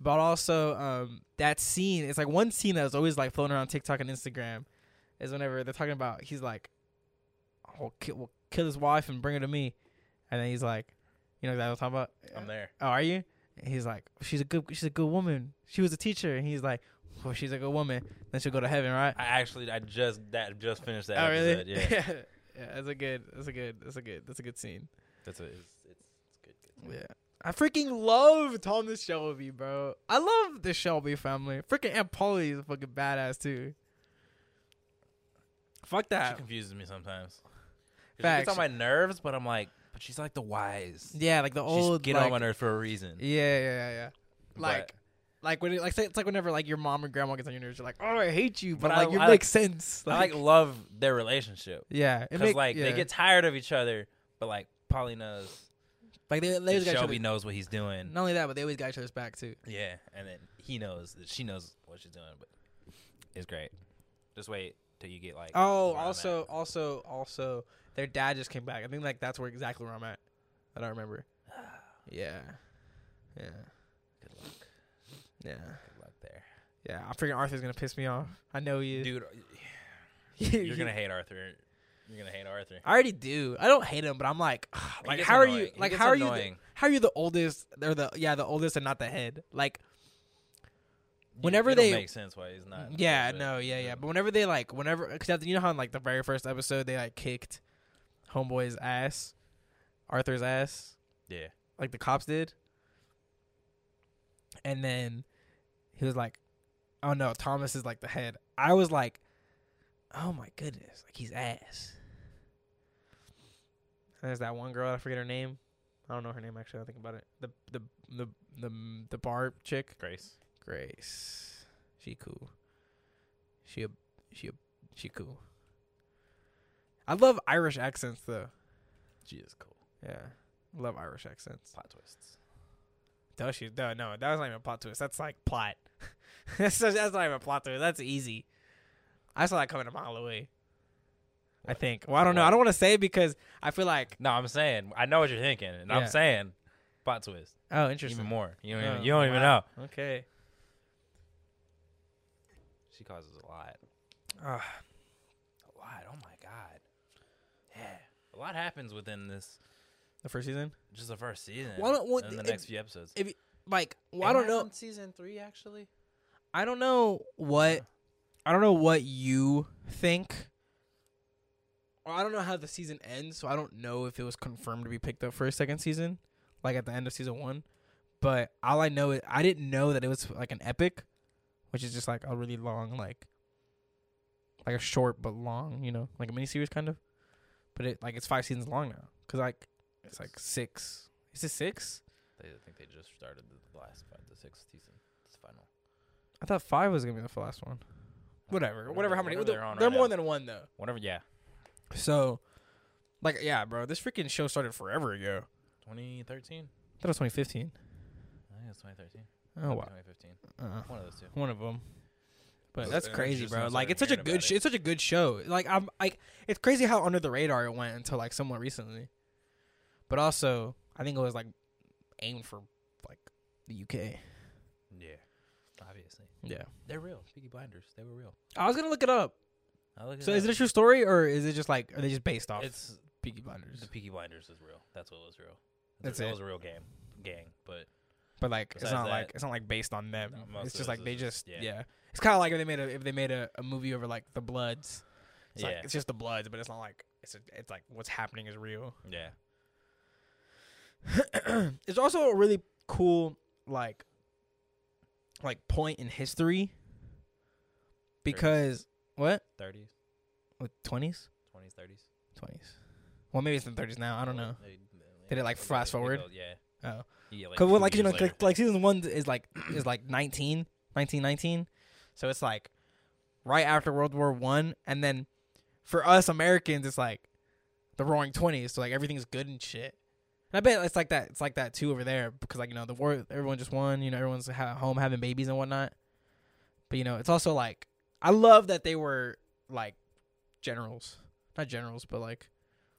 A: But also, um, that scene it's like one scene that was always like floating around TikTok and Instagram is whenever they're talking about he's like, "I'll kill, will kill his wife and bring her to me," and then he's like, "You know what I'm talking about?"
B: I'm there.
A: oh, are you? And he's like, she's a good, she's a good woman. She was a teacher, and he's like, well, she's a good woman. Then she'll go to heaven, right?
B: I actually I just that just finished that
A: oh, really?
B: episode. Yeah.
A: yeah, that's a good, that's a good, that's a good, that's a good scene.
B: That's a, it's, it's it's good. good.
A: Yeah, I freaking love Thomas Shelby, bro. I love the Shelby family. Freaking Aunt Polly is a fucking badass too. Fuck
B: She
A: that.
B: confuses me sometimes. 'Cause She
A: Facts.
B: gets on my nerves, but I'm like, but she's like the wise.
A: Yeah, like the
B: She's
A: old.
B: get
A: like,
B: on my nerves for a reason.
A: Yeah, yeah, yeah, yeah.
B: But-
A: Like. Like when it, like say- it's like whenever like your mom or grandma gets on your nerves, you're like, oh, I hate you, but,
B: But
A: like
B: I-
A: you
B: I
A: make
B: like-
A: sense.
B: I like love their relationship
A: Yeah, it
B: because
A: make-
B: like
A: yeah.
B: they get tired of each other, but like Polly knows,
A: like they, they
B: that
A: always got each
B: Shelby
A: other's-
B: knows what he's doing.
A: Not only that, but they always got each other's back too.
B: Yeah, and then he knows that she knows what she's doing, but it's great. Just wait till you get like.
A: Oh,
B: where I'm
A: also,
B: at.
A: also, also, their dad just came back. I think like that's where exactly where I'm at. That I remember. Yeah, yeah,
B: good luck,
A: yeah,
B: good luck there.
A: Yeah, I'm freaking Arthur's gonna piss me off. I know he is.
B: dude. You're gonna hate Arthur. You're gonna hate Arthur.
A: I already do. I don't hate him, but I'm like, ugh,
B: He
A: like
B: gets
A: how are
B: annoying.
A: you?
B: He
A: Like
B: gets
A: how are you?
B: annoying.
A: The, how are you the oldest? They're the yeah the oldest and not the head. Like
B: You-
A: whenever
B: it'll
A: they-
B: make sense why he's not.
A: Mm, yeah
B: but-
A: no yeah yeah. But whenever they like whenever because you know how in like the very first episode they like kicked homeboy's ass, Arthur's ass,
B: yeah.
A: like the cops did, and then he was like, oh no, Thomas is like the head. I was like, oh my goodness, like he's ass. And there's that one girl, I forget her name. I don't know her name actually. I think about it. The the the the the bar chick.
B: Grace.
A: Grace. She cool. She a she a she cool. I love Irish accents though.
B: She is cool.
A: Yeah. Love Irish accents.
B: Plot twists.
A: Does she? No, no, that was not even a plot twist. That's like plot. that's, that's not even a plot twist. That's easy. I saw that coming a mile away. I
B: What?
A: think. Well, I don't know.
B: What?
A: I don't want to say because I feel like
B: No, I'm saying. I know what you're thinking, and
A: Yeah.
B: I'm saying plot twist.
A: oh, interesting.
B: Even more. You don't,
A: Oh,
B: even, you don't even know.
A: wow. Okay.
B: She causes a lot.
A: Ugh.
B: A lot. Oh my god. Yeah. A lot happens within this
A: the first season,
B: just the first season.
A: Why don't- well,
B: and the
A: it-
B: next few episodes.
A: like, well, I don't
B: Am
A: know.
B: on Season three, actually.
A: I don't know what I don't know what you think. Or I don't know how the season ends, so I don't know if it was confirmed to be picked up for a second season, like at the end of season one. But all I know is I didn't know that it was like an epic, which is just like a really long, like like a short but long, you know, like a miniseries kind of. But it like it's five seasons long now, cause like it's like six. Is it six?
B: They, I think they just started the last five, the sixth season, this final.
A: I thought five was gonna be the last one. Whatever,
B: Whatever-
A: whatever. How many?
B: whatever
A: They're,
B: they're on
A: they're
B: right
A: more
B: now.
A: than one though.
B: Whatever. Yeah.
A: So, like, yeah, bro, this freaking show started forever ago.
B: 2013.
A: That was 2015.
B: I think it's 2013.
A: Oh
B: Might be
A: wow,
B: 2015.
A: uh,
B: One of those two.
A: one of them. But
B: So
A: that's
B: then I
A: crazy,
B: just
A: bro.
B: started
A: Like, it's such a
B: hearing
A: good,
B: about
A: sh-
B: it.
A: it's such a good show. Like, I'm like, it's crazy how under the radar it went until like somewhat recently. But also, I think it was like aimed for like the UK.
B: Yeah. Obviously,
A: Yeah,
B: they're real. Peaky Blinders. They were real.
A: I was gonna look it up.
B: I look
A: So, is it a true story or is it just like are they just based off
B: It's
A: Peaky Blinders?
B: the Peaky Blinders is real. That's what was real.
A: That's
B: That
A: it.
B: was a real game, gang. But
A: But like, it's
B: Besides
A: not
B: that-
A: like it's not like based on them.
B: No, most
A: it's just
B: of those
A: like
B: is
A: they just
B: just-
A: yeah.
B: yeah.
A: It's kind of like if they made a if they made a, a movie over like the Bloods. It's
B: yeah,
A: like it's just the Bloods, but it's not like it's a, it's like what's happening is real.
B: yeah.
A: it's also a really cool like like point in history because what
B: 30s,
A: with twenties
B: 20s, 30s.
A: twenties. Well, maybe it's in the thirties now. I don't know.
B: They,
A: Did it, like,
B: they-
A: fast
B: they
A: forward?
B: go- yeah.
A: Oh.
B: Yeah.
A: Cause well,
B: two
A: like you know, like,
B: years later.
A: like, season one is like is like 19, 19, 19. so it's like right after World War One, and then for us Americans, it's like the Roaring Twenties, so like everything's good and shit. And I bet it's like that. It's like that too over there because like you know the war, everyone just won. You know everyone's ha- home having babies and whatnot. But you know it's also like I love that they were like generals, not generals, but like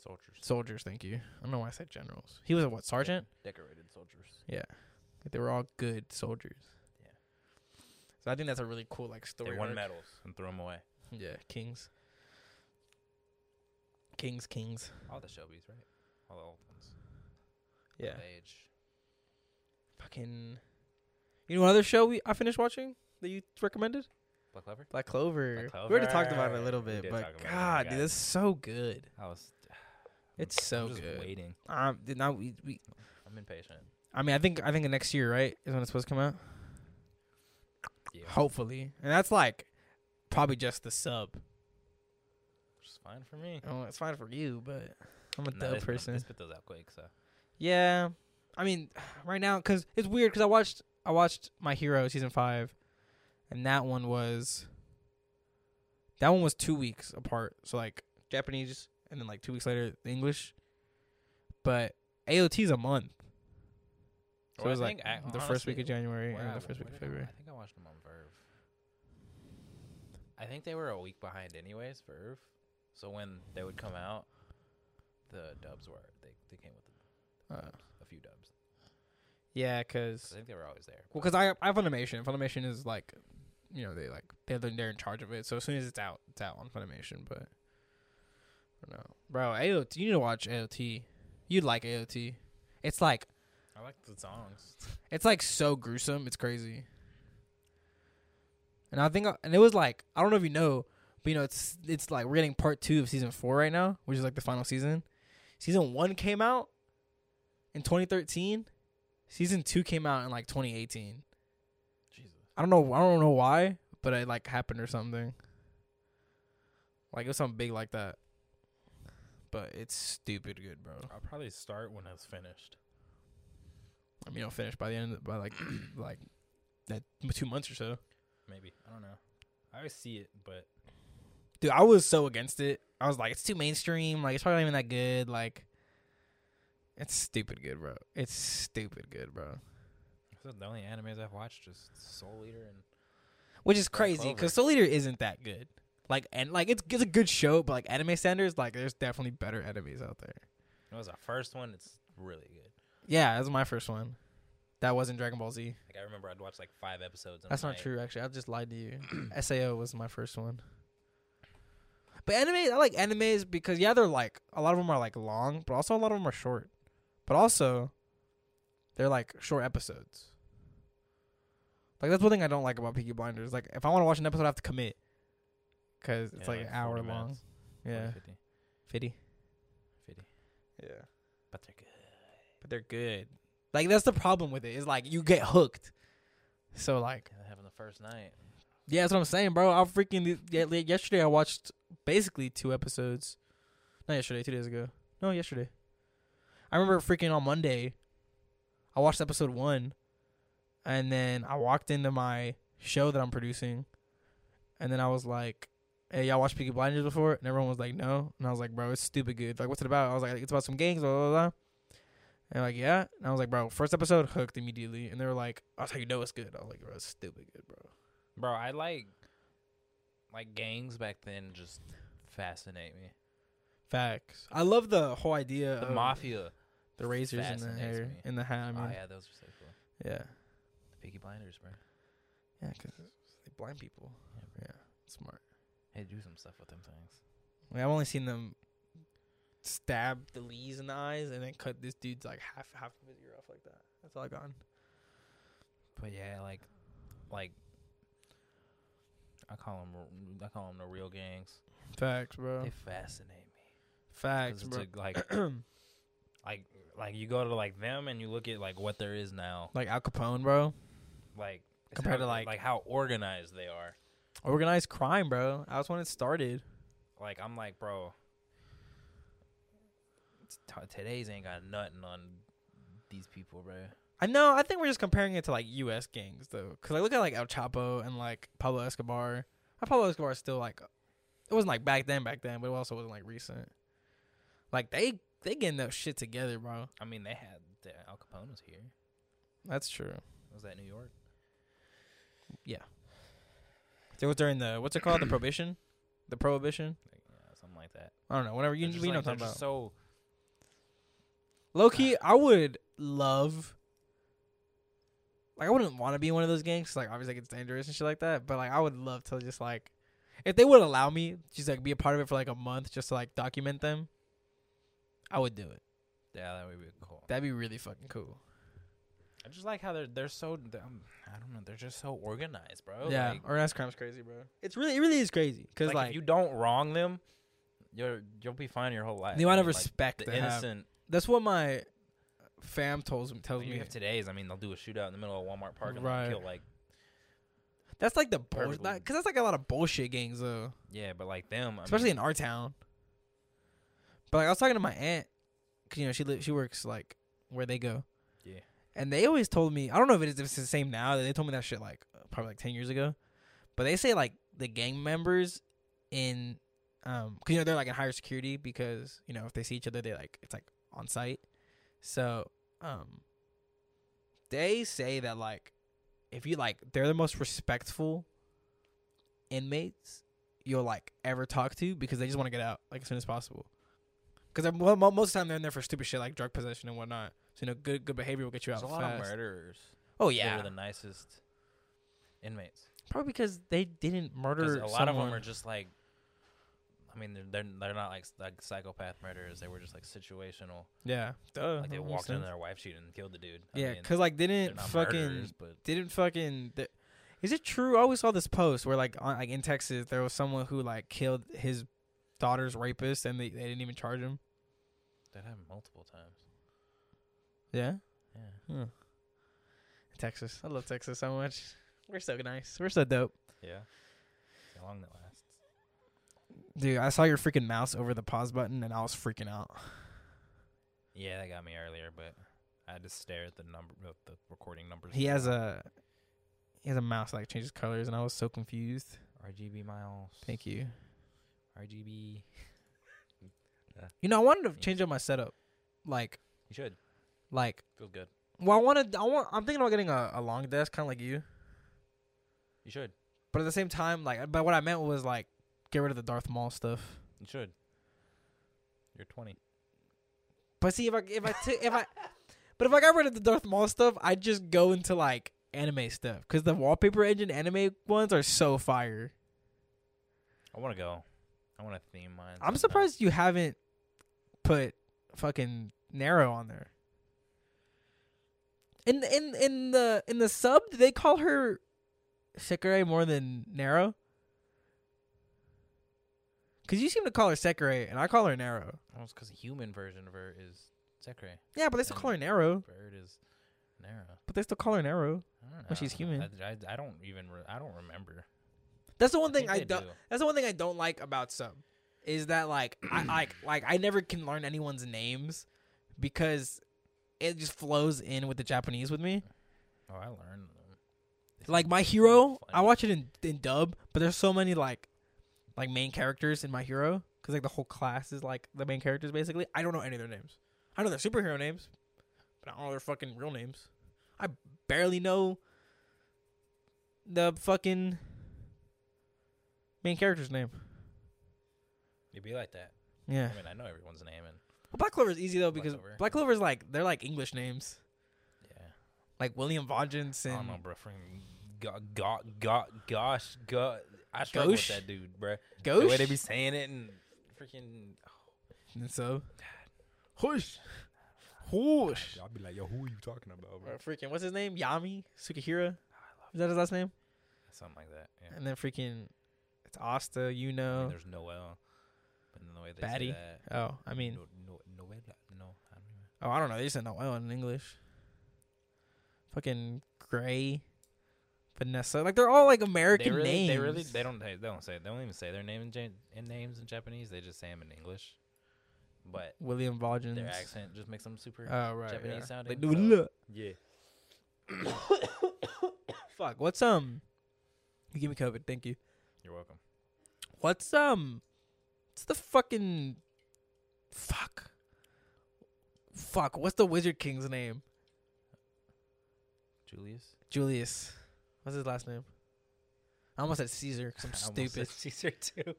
B: soldiers,
A: soldiers. Thank you. I don't know why I said generals. He was a what sergeant?
B: decorated soldiers.
A: Like, they were all good soldiers.
B: Yeah.
A: So I think that's a really cool like story.
B: they won
A: arc.
B: medals and threw them away.
A: Yeah, kings. Kings, kings.
B: All the Shelbys, right? All the old ones.
A: Yeah.
B: Old age.
A: Fucking. You know what other show we I finished watching that you recommended?
B: Black Clover.
A: Black Clover.
B: Black
A: We already talked about it a
B: Clover.
A: little
B: We
A: bit,
B: did talk
A: but
B: about it,
A: God, dude,
B: guys.
A: that's so good.
B: I was.
A: It's so
B: I'm just
A: good.
B: Waiting.
A: Um, did not we, we?
B: I'm impatient.
A: I mean, I think I think next year, right, is when it's supposed to come out.
B: Yeah.
A: Hopefully, and that's like probably just the sub.
B: Which is fine for me.
A: Oh, it's fine for you, but I'm a
B: No,
A: dub
B: they spit-
A: person.
B: They spit those out quick, so
A: Yeah, I mean, right now because it's weird because I watched I watched My Hero season five, and that one was that one was two weeks apart. So like Japanese, and then like two weeks later the English. But AOT's a month, so
B: Or
A: it
B: I
A: was like
B: think I-
A: the first week
B: honestly,
A: of January
B: where
A: and
B: I-
A: the first week
B: where
A: of
B: did I-
A: February.
B: I think I watched them on Verve. I think they were a week behind, anyways, Verve. So when they would come out, the dubs were they, they came with
A: Uh,
B: a few dubs.
A: yeah,
B: 'Cause
A: because
B: I think they were always there.
A: well, because I I have Funimation. Funimation is like you know they like they're the- they're in charge of it. So as soon as it's out, it's out on Funimation. But I don't know, bro. AOT, you need to watch AOT. You'd like AOT. It's like
B: I like the songs.
A: it's like so gruesome. It's crazy. And I think uh, and it was like I don't know if you know, but you know it's it's like we're getting part two of season four right now, which is like the final season. Season one came out in 2013. Season two came out in like 2018.
B: Jesus.
A: I don't know. I don't know why, but it like happened or something. Like it was something big like that. But it's stupid good, bro.
B: I'll probably start when it's finished.
A: I mean, I'll finish by the end of by like like that two months or so.
B: Maybe I don't know. I always see it, but
A: Dude, I was so against it. I was like, it's too mainstream. Like it's probably not even that good. Like it's stupid good, bro. It's stupid good, bro.
B: this is the only animes I've watched is Soul Eater and
A: Which is
B: Black
A: crazy
B: Clover.
A: because Soul Eater isn't that good. Like and like it's it's a good show, but like anime standards, like there's definitely better enemies out there.
B: it was the first one. It's really good.
A: Yeah, that was my first one. That wasn't Dragon Ball Z.
B: Like I remember I'd watch like five episodes. And
A: That's
B: I'm
A: not
B: like,
A: true, actually. I just lied to you. Sao was my first one. But anime, I like animes because yeah, they're like a lot of them are like long, but also a lot of them are short. But also, they're like short episodes. Like that's one thing I don't like about Peaky Blinders. Like if I want to watch an episode, I have to commit because it's
B: yeah,
A: like, an hour
B: 40
A: long.
B: minutes, 40,
A: Yeah,
B: 50,
A: fifty.
B: 50.
A: Yeah,
B: But they're good.
A: but they're good. Like that's the problem with it. Is like you get hooked. So like
B: Yeah, they have on the first night.
A: Yeah, that's what I'm saying, bro. I freaking yeah, like, yesterday I watched basically two episodes. Not yesterday, two days ago. No, yesterday. I remember freaking on Monday. I watched episode one, and then I walked into my show that I'm producing, and then I was like, "Hey, y'all watched Peaky Blinders before?" And everyone was like, "No," and I was like, "Bro, it's stupid good. Like, what's it about?" I was like, "It's about some gangs, blah blah blah." And like, yeah. And I was like, "Bro, first episode hooked immediately," and they were like, "That's how you know it's good." I was like, "Bro, it's stupid good, bro."
B: Bro, I like like gangs back then just fascinate me.
A: Facts. I love the whole idea
B: The
A: of
B: mafia.
A: the razors in the
B: fascinates
A: hair,
B: me.
A: in the hat. Oh, I mean,
B: oh
A: yeah,
B: yeah, those were so cool.
A: yeah,
B: The Peaky Blinders, bro.
A: yeah, because they blind people.
B: Yeah, bro.
A: Yeah, smart.
B: They do some stuff with them things.
A: Like, I've only seen them stab the leaves in the eyes and then cut this dude's like half half of his ear off like that. That's all I got.
B: But yeah, like, like I call them, I call them the real gangs.
A: Facts, bro.
B: They fascinate me. 'Cause
A: Facts,
B: it's
A: bro.
B: a- like, like, like you go to like them and you look at like what there is now,
A: like Al Capone, bro.
B: like it's
A: Compared to,
B: how-
A: like-
B: like how organized they are.
A: Organized crime, bro. That's when it started.
B: Like I'm like, bro, it's t- today's ain't got nothing on these people, bro.
A: I know. I think we're just comparing it to like U.S. gangs though, because I look at like El Chapo and like Pablo Escobar. Now, Pablo Escobar is still like, it wasn't like back then, back then, but it also wasn't like recent. Like they they getting that shit together, bro.
B: I mean, they had the Al Capone was here.
A: That's true.
B: Was that New York?
A: It was during the what's it called, the prohibition, the prohibition.
B: Like, yeah, uh, something like that.
A: I don't know. Whenever you,
B: They're
A: you
B: just,
A: know
B: like,
A: what I'm talking
B: they're
A: about.
B: just so
A: Low key, I would love. Like, I wouldn't want to be in one of those gangs. 'cause, Like, obviously, like, it's dangerous and shit like that. But like, I would love to just like, if they would allow me, just like be a part of it for like a month, just to like document them. I would do it.
B: yeah, that would be cool.
A: That'd be really fucking cool.
B: I just like how they're they're so th- um, I don't know they're just so organized, bro.
A: yeah,
B: like,
A: organized crime's crazy, bro. Oh, It's really, it really is crazy because
B: like,
A: like,
B: if you don't wrong them, you're you'll be fine your whole life.
A: the amount
B: I
A: of
B: mean, like,
A: respect
B: the
A: they have-
B: innocent.
A: That's what my fam tells me. Tells
B: Like, you
A: me.
B: have today's. I mean, they'll do a shootout in the middle of a Walmart parking lot
A: Right.
B: and kill like
A: that's like the bullshit.
B: Perfectly.
A: Because that's like a lot of bullshit gangs though.
B: yeah, but like them, I
A: especially
B: mean,
A: in our town. But like I was talking to my aunt, 'cause, you know she li- she works like where they go.
B: Yeah.
A: And they always told me I don't know if it is if it's the same now. They told me that shit like uh, probably like ten years ago, but they say like the gang members in um because you know they're like in higher security because you know if they see each other they like it's like on site. So um they say that like if you like they're the most respectful inmates you'll like ever talk to because they just want to get out like as soon as possible. Because most of the time they're in there for stupid shit like drug possession and whatnot. So you know, good good behavior will get you out
B: there's a lot of
A: fast.
B: murderers.
A: Oh
B: that
A: yeah,
B: were the nicest inmates.
A: Probably because they didn't murder
B: Because a lot of them are just like, I mean, they're, they're they're not like like psychopath murderers. They were just like situational.
A: yeah,
B: Like they walked in on their wife sheet and killed the dude. I
A: Yeah,
B: mean,
A: because like
B: they're
A: didn't
B: not
A: fucking
B: murderers, but
A: didn't fucking. Th- is it true? I always saw this post where like on, like in Texas there was someone who like killed his daughter's rapist and they, they didn't even charge him.
B: that happened multiple times.
A: Yeah,
B: Yeah.
A: Hmm. Texas. I love Texas so much. We're so nice. We're so dope,
B: Yeah. See How long that lasts?
A: dude. I saw your freaking mouse over the pause button and I was freaking out.
B: Yeah, that got me earlier, but I had to stare at the number, at the recording numbers.
A: He has a he has a mouse that, like changes colors and I was so confused.
B: RGB miles.
A: Thank you.
B: RGB.
A: You know I wanted to change up my setup, like
B: You should
A: like
B: feels good.
A: Well, I wanted. I want. I'm thinking about getting a, a long desk, kind of like you.
B: You should.
A: But at the same time, like, but what I meant was like, get rid of the Darth Maul stuff.
B: You should. You're 20.
A: But see, if I if I took if I, but if I got rid of the Darth Maul stuff, I'd just go into like anime stuff because the wallpaper engine anime ones are so fire.
B: I want to go. I want to theme mine.
A: I'm
B: sometime.
A: surprised you haven't put fucking Narrow on there. In in in the in the sub, do they call her Sekire more than Narrow? Cause you seem to call her Sekire, and I call her Narrow.
B: Well, it's because the human version of her is Sekre.
A: Yeah, but they still call her Narrow.
B: Bird is Nara.
A: But they still call her Narrow.
B: I don't know.
A: Well, she's human.
B: I, I, I don't even. Re- I don't remember.
A: That's the one thing
B: think
A: I
B: they
A: don't. That's the one thing I don't like about sub, is that like I like like I never can learn anyone's names, because it just flows in with the Japanese with me.
B: Oh, I learned them.
A: like my hero i
B: funny.
A: watch it in, in dub but there's so many like like main characters in my hero because like the whole class is like the main characters basically i don't know any of their names i know their superhero names but i don't know their fucking real names i barely know the fucking main character's name
B: It'd be like that.
A: yeah
B: I mean, I know everyone's name and
A: well, black clover is easy though
B: Black
A: because
B: Clover.
A: black clover is like they're like english names
B: yeah.
A: like william Vengeance
B: I don't
A: and
B: know, bro. Freaking go, go, go, gosh, go. I struggle
A: Gauche?
B: with that dude, bro. The way
A: ghost
B: they be saying it and freaking.
A: and so Whoosh. Whoosh.
B: I'll be like, yo, who are you talking about,
A: Or freaking what's his name? Yami Sukihira. Is that his last name?
B: Something like that. Yeah.
A: And then freaking it's Asta, you
B: I mean,
A: know.
B: there's Noel, but then the way they
A: Oh. Batty.
B: say that.
A: Oh, I mean,
B: no, no, Noel, no, I don't even.
A: oh, I don't know. They just said Noel in English. Fucking Gray, Vanessa. Like they're all like American
B: They really,
A: names.
B: they really, they don't, they don't say, they don't even say their name in, Jan- in names in Japanese. They just say them in English, but
A: William Vaughn.
B: their accent just makes them super.
A: Oh right.
B: Japanese
A: yeah.
B: sounding,
A: Like,
B: so-
A: look.
B: yeah.
A: Fuck. What's um? You give me COVID. Thank you.
B: You're welcome.
A: What's um? What's the fucking? Fuck. Fuck. What's the Wizard King's name?
B: Julius.
A: Julius. What's his last name? I almost said Caesar because I'm
B: I almost said
A: stupid.
B: Caesar too.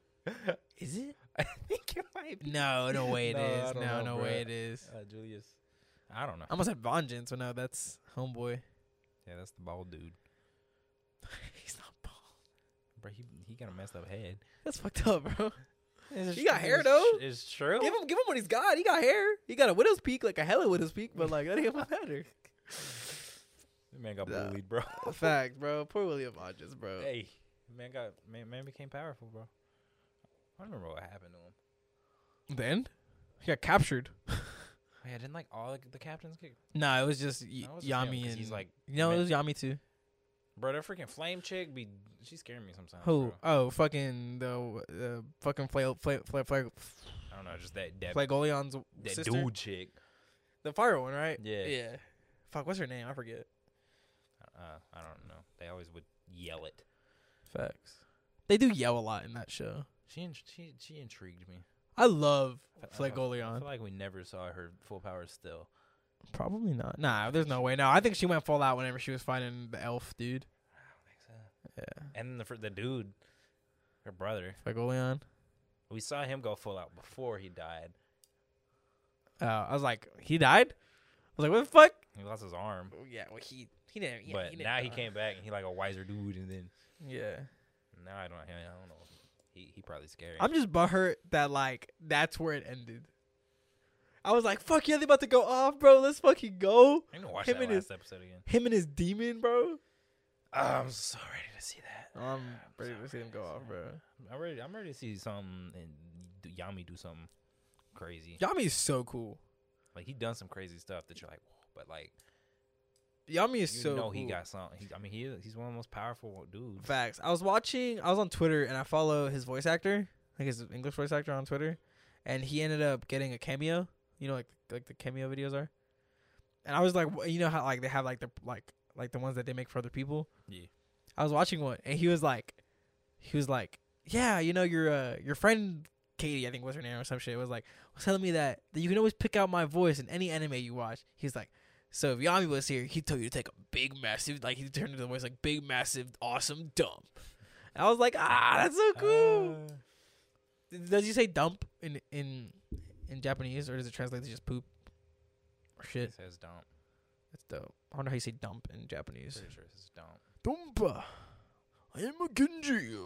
A: Is it?
B: I think it might be
A: No, no way it
B: No,
A: is.
B: I don't
A: No,
B: know,
A: no way
B: bruh.
A: it is.
B: uh, Julius. I don't know.
A: I almost said Vengeance, but no, that's Homeboy.
B: Yeah, that's the bald dude.
A: He's not bald.
B: Bro, he he got a messed up head.
A: That's fucked up, bro.
B: It's
A: He got hair,
B: it's-
A: though.
B: It's true.
A: Give him, give him what he's got. He got hair. He got a widow's peak, like a hella widow's peak, but like that ain't what matter.
B: That man got
A: Nah.
B: bullied, bro.
A: Fact, bro. Poor William Hodges, bro.
B: hey, man got man, man became powerful, bro. I don't remember what happened to him.
A: Then he got captured.
B: Oh, yeah, didn't like all the, the captains get?
A: No, it was just y-
B: No, it was just him,
A: Yami
B: 'cause
A: and
B: he's like
A: no, it was Yami too.
B: Bro, that freaking flame chick be she scared me sometimes.
A: Who?
B: bro.
A: Oh, fucking the uh, fucking flay flay flay flay
B: I don't know, just that that,
A: Flagelion's
B: that
A: sister.
B: dude chick.
A: The fire one, right?
B: Yeah.
A: Yeah. Fuck, what's her name? I forget.
B: Uh, I don't know. They always would yell it.
A: Facts. They do yell a lot in that show.
B: She in, she she intrigued me.
A: I love
B: I- I- I
A: Flegolion.
B: feel like we never saw her full power still.
A: Probably not. Nah, there's no way. No, I think she went full out whenever she was fighting the elf dude. Yeah.
B: And the fr- the dude, her brother,
A: Flegolion.
B: we saw him go full out before he died.
A: Uh, I was like, he died? I was like, what the fuck?
B: He lost his arm,
A: Yeah, well, he, he didn't.
B: but now he came back and he like a wiser dude. And then
A: Yeah.
B: Now I don't. I don't know. He he probably scary.
A: I'm just butthurt that like that's where it ended. I was like, fuck yeah, they about to go off, bro. Let's fucking go.
B: I'm gonna watch
A: him
B: that last
A: and his-
B: episode again.
A: Him and his demon, bro.
B: I'm so ready to see that.
A: I'm
B: so
A: ready to see him go off, bro.
B: I'm ready. I'm ready to see something and do- Yami do something crazy.
A: Yami is so cool.
B: Like he done some crazy stuff that you're like, "Whoa," but like
A: Yami
B: you
A: is so
B: know
A: cool.
B: he got something. He, I mean, he is, he's one of the most powerful dudes.
A: Facts. I was watching. I was on Twitter and I follow his voice actor, like his English voice actor on Twitter, and he ended up getting a cameo. You know, like like the cameo videos are. And I was like, wh- you know how like they have like the like like the ones that they make for other people.
B: Yeah.
A: I was watching one, and he was like, he was like, yeah, you know your uh your friend Katie, I think was her name or some shit, was like was telling me that that you can always pick out my voice in any anime you watch. He's like. So if Yami was here, he'd tell you to take a big, massive, like he turned into the voice like big, massive, awesome dump. And I was like, ah, that's so cool.
B: Uh,
A: does he say dump in in in Japanese, or does it translate to just poop or
B: it
A: shit?
B: says dump.
A: That's dope. I wonder how you say dump in Japanese.
B: Pretty sure it says dump.
A: Dumpa, I am a Genji.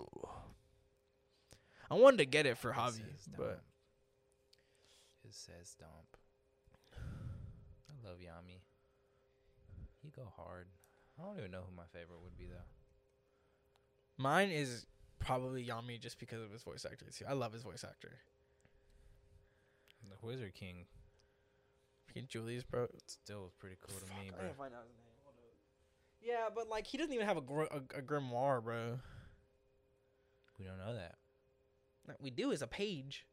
A: I wanted to get it for
B: It
A: Javi,
B: says
A: but
B: dump. it says dump. I love Yami. He go hard. I don't even know who my favorite would be though.
A: mine is probably Yami just because of his voice actor too. I love his voice actor.
B: The Wizard King
A: Freaking Julius, bro.
B: still was pretty cool to
A: Fuck,
B: me,
A: I
B: bro.
A: gotta find out his name. Hold up. Yeah, but like he doesn't even have a, gr- a, a grimoire, bro.
B: We don't know that.
A: That we do is a page.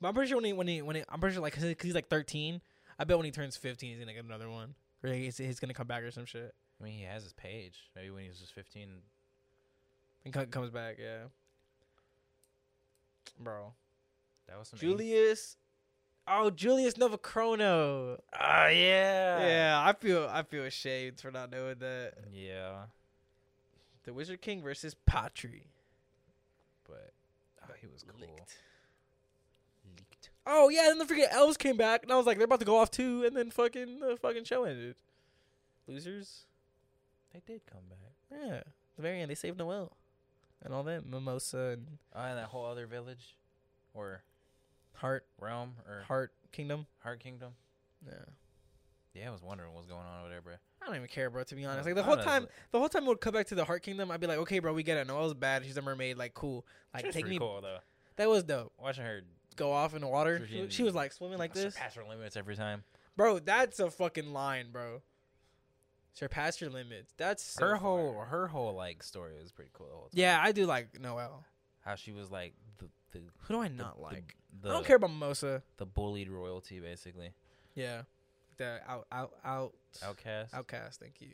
A: But I'm pretty sure when he when he when he, I'm pretty sure like because he's like 13. I bet when he turns 15, he's gonna get another one, or he's, he's gonna come back or some shit,
B: I mean, he has his page. Maybe when he was just 15.
A: and co- comes back. Yeah, bro.
B: That was some.
A: Julius. Oh, Julius Novacrono.
B: Oh yeah.
A: Yeah, I feel I feel ashamed for not knowing that.
B: Yeah,
A: The Wizard King versus Patry.
B: but oh, he was cool. Leaked.
A: Oh yeah, and the freaking elves came back, and I was like, they're about to go off too, and then fucking the fucking show ended. Losers.
B: They did come back.
A: Yeah, the very end they saved Noel, and all that Mimosa and
B: Oh, and that whole other village, or
A: Heart
B: realm, or
A: Heart Kingdom.
B: Heart Kingdom.
A: Yeah,
B: Yeah, I was wondering what's going on over there, bro.
A: I don't even care, bro. To be honest,
B: No,
A: like the whole
B: honestly.
A: time, the whole time it would come back to the Heart Kingdom, I'd be like, okay, bro, we get it. Noel's bad. She's a mermaid. Like, cool. Like,
B: She was
A: take
B: pretty
A: me.
B: Cool though.
A: That was dope.
B: Watching her
A: Go off in the water. She,
B: Freaking-
A: she was like swimming like this,
B: surpass her limits every time.
A: bro. That's a fucking line, bro. Surpass your limits. That's so
B: her
A: fire.
B: whole her whole like story was pretty cool. The whole time.
A: Yeah, I do like Noel.
B: how she was like the the,
A: Who do I
B: the
A: not
B: the-
A: like?
B: the,
A: I don't care about Mimosa.
B: the bullied royalty basically
A: Yeah, the out out out
B: outcast.
A: outcast. Thank you.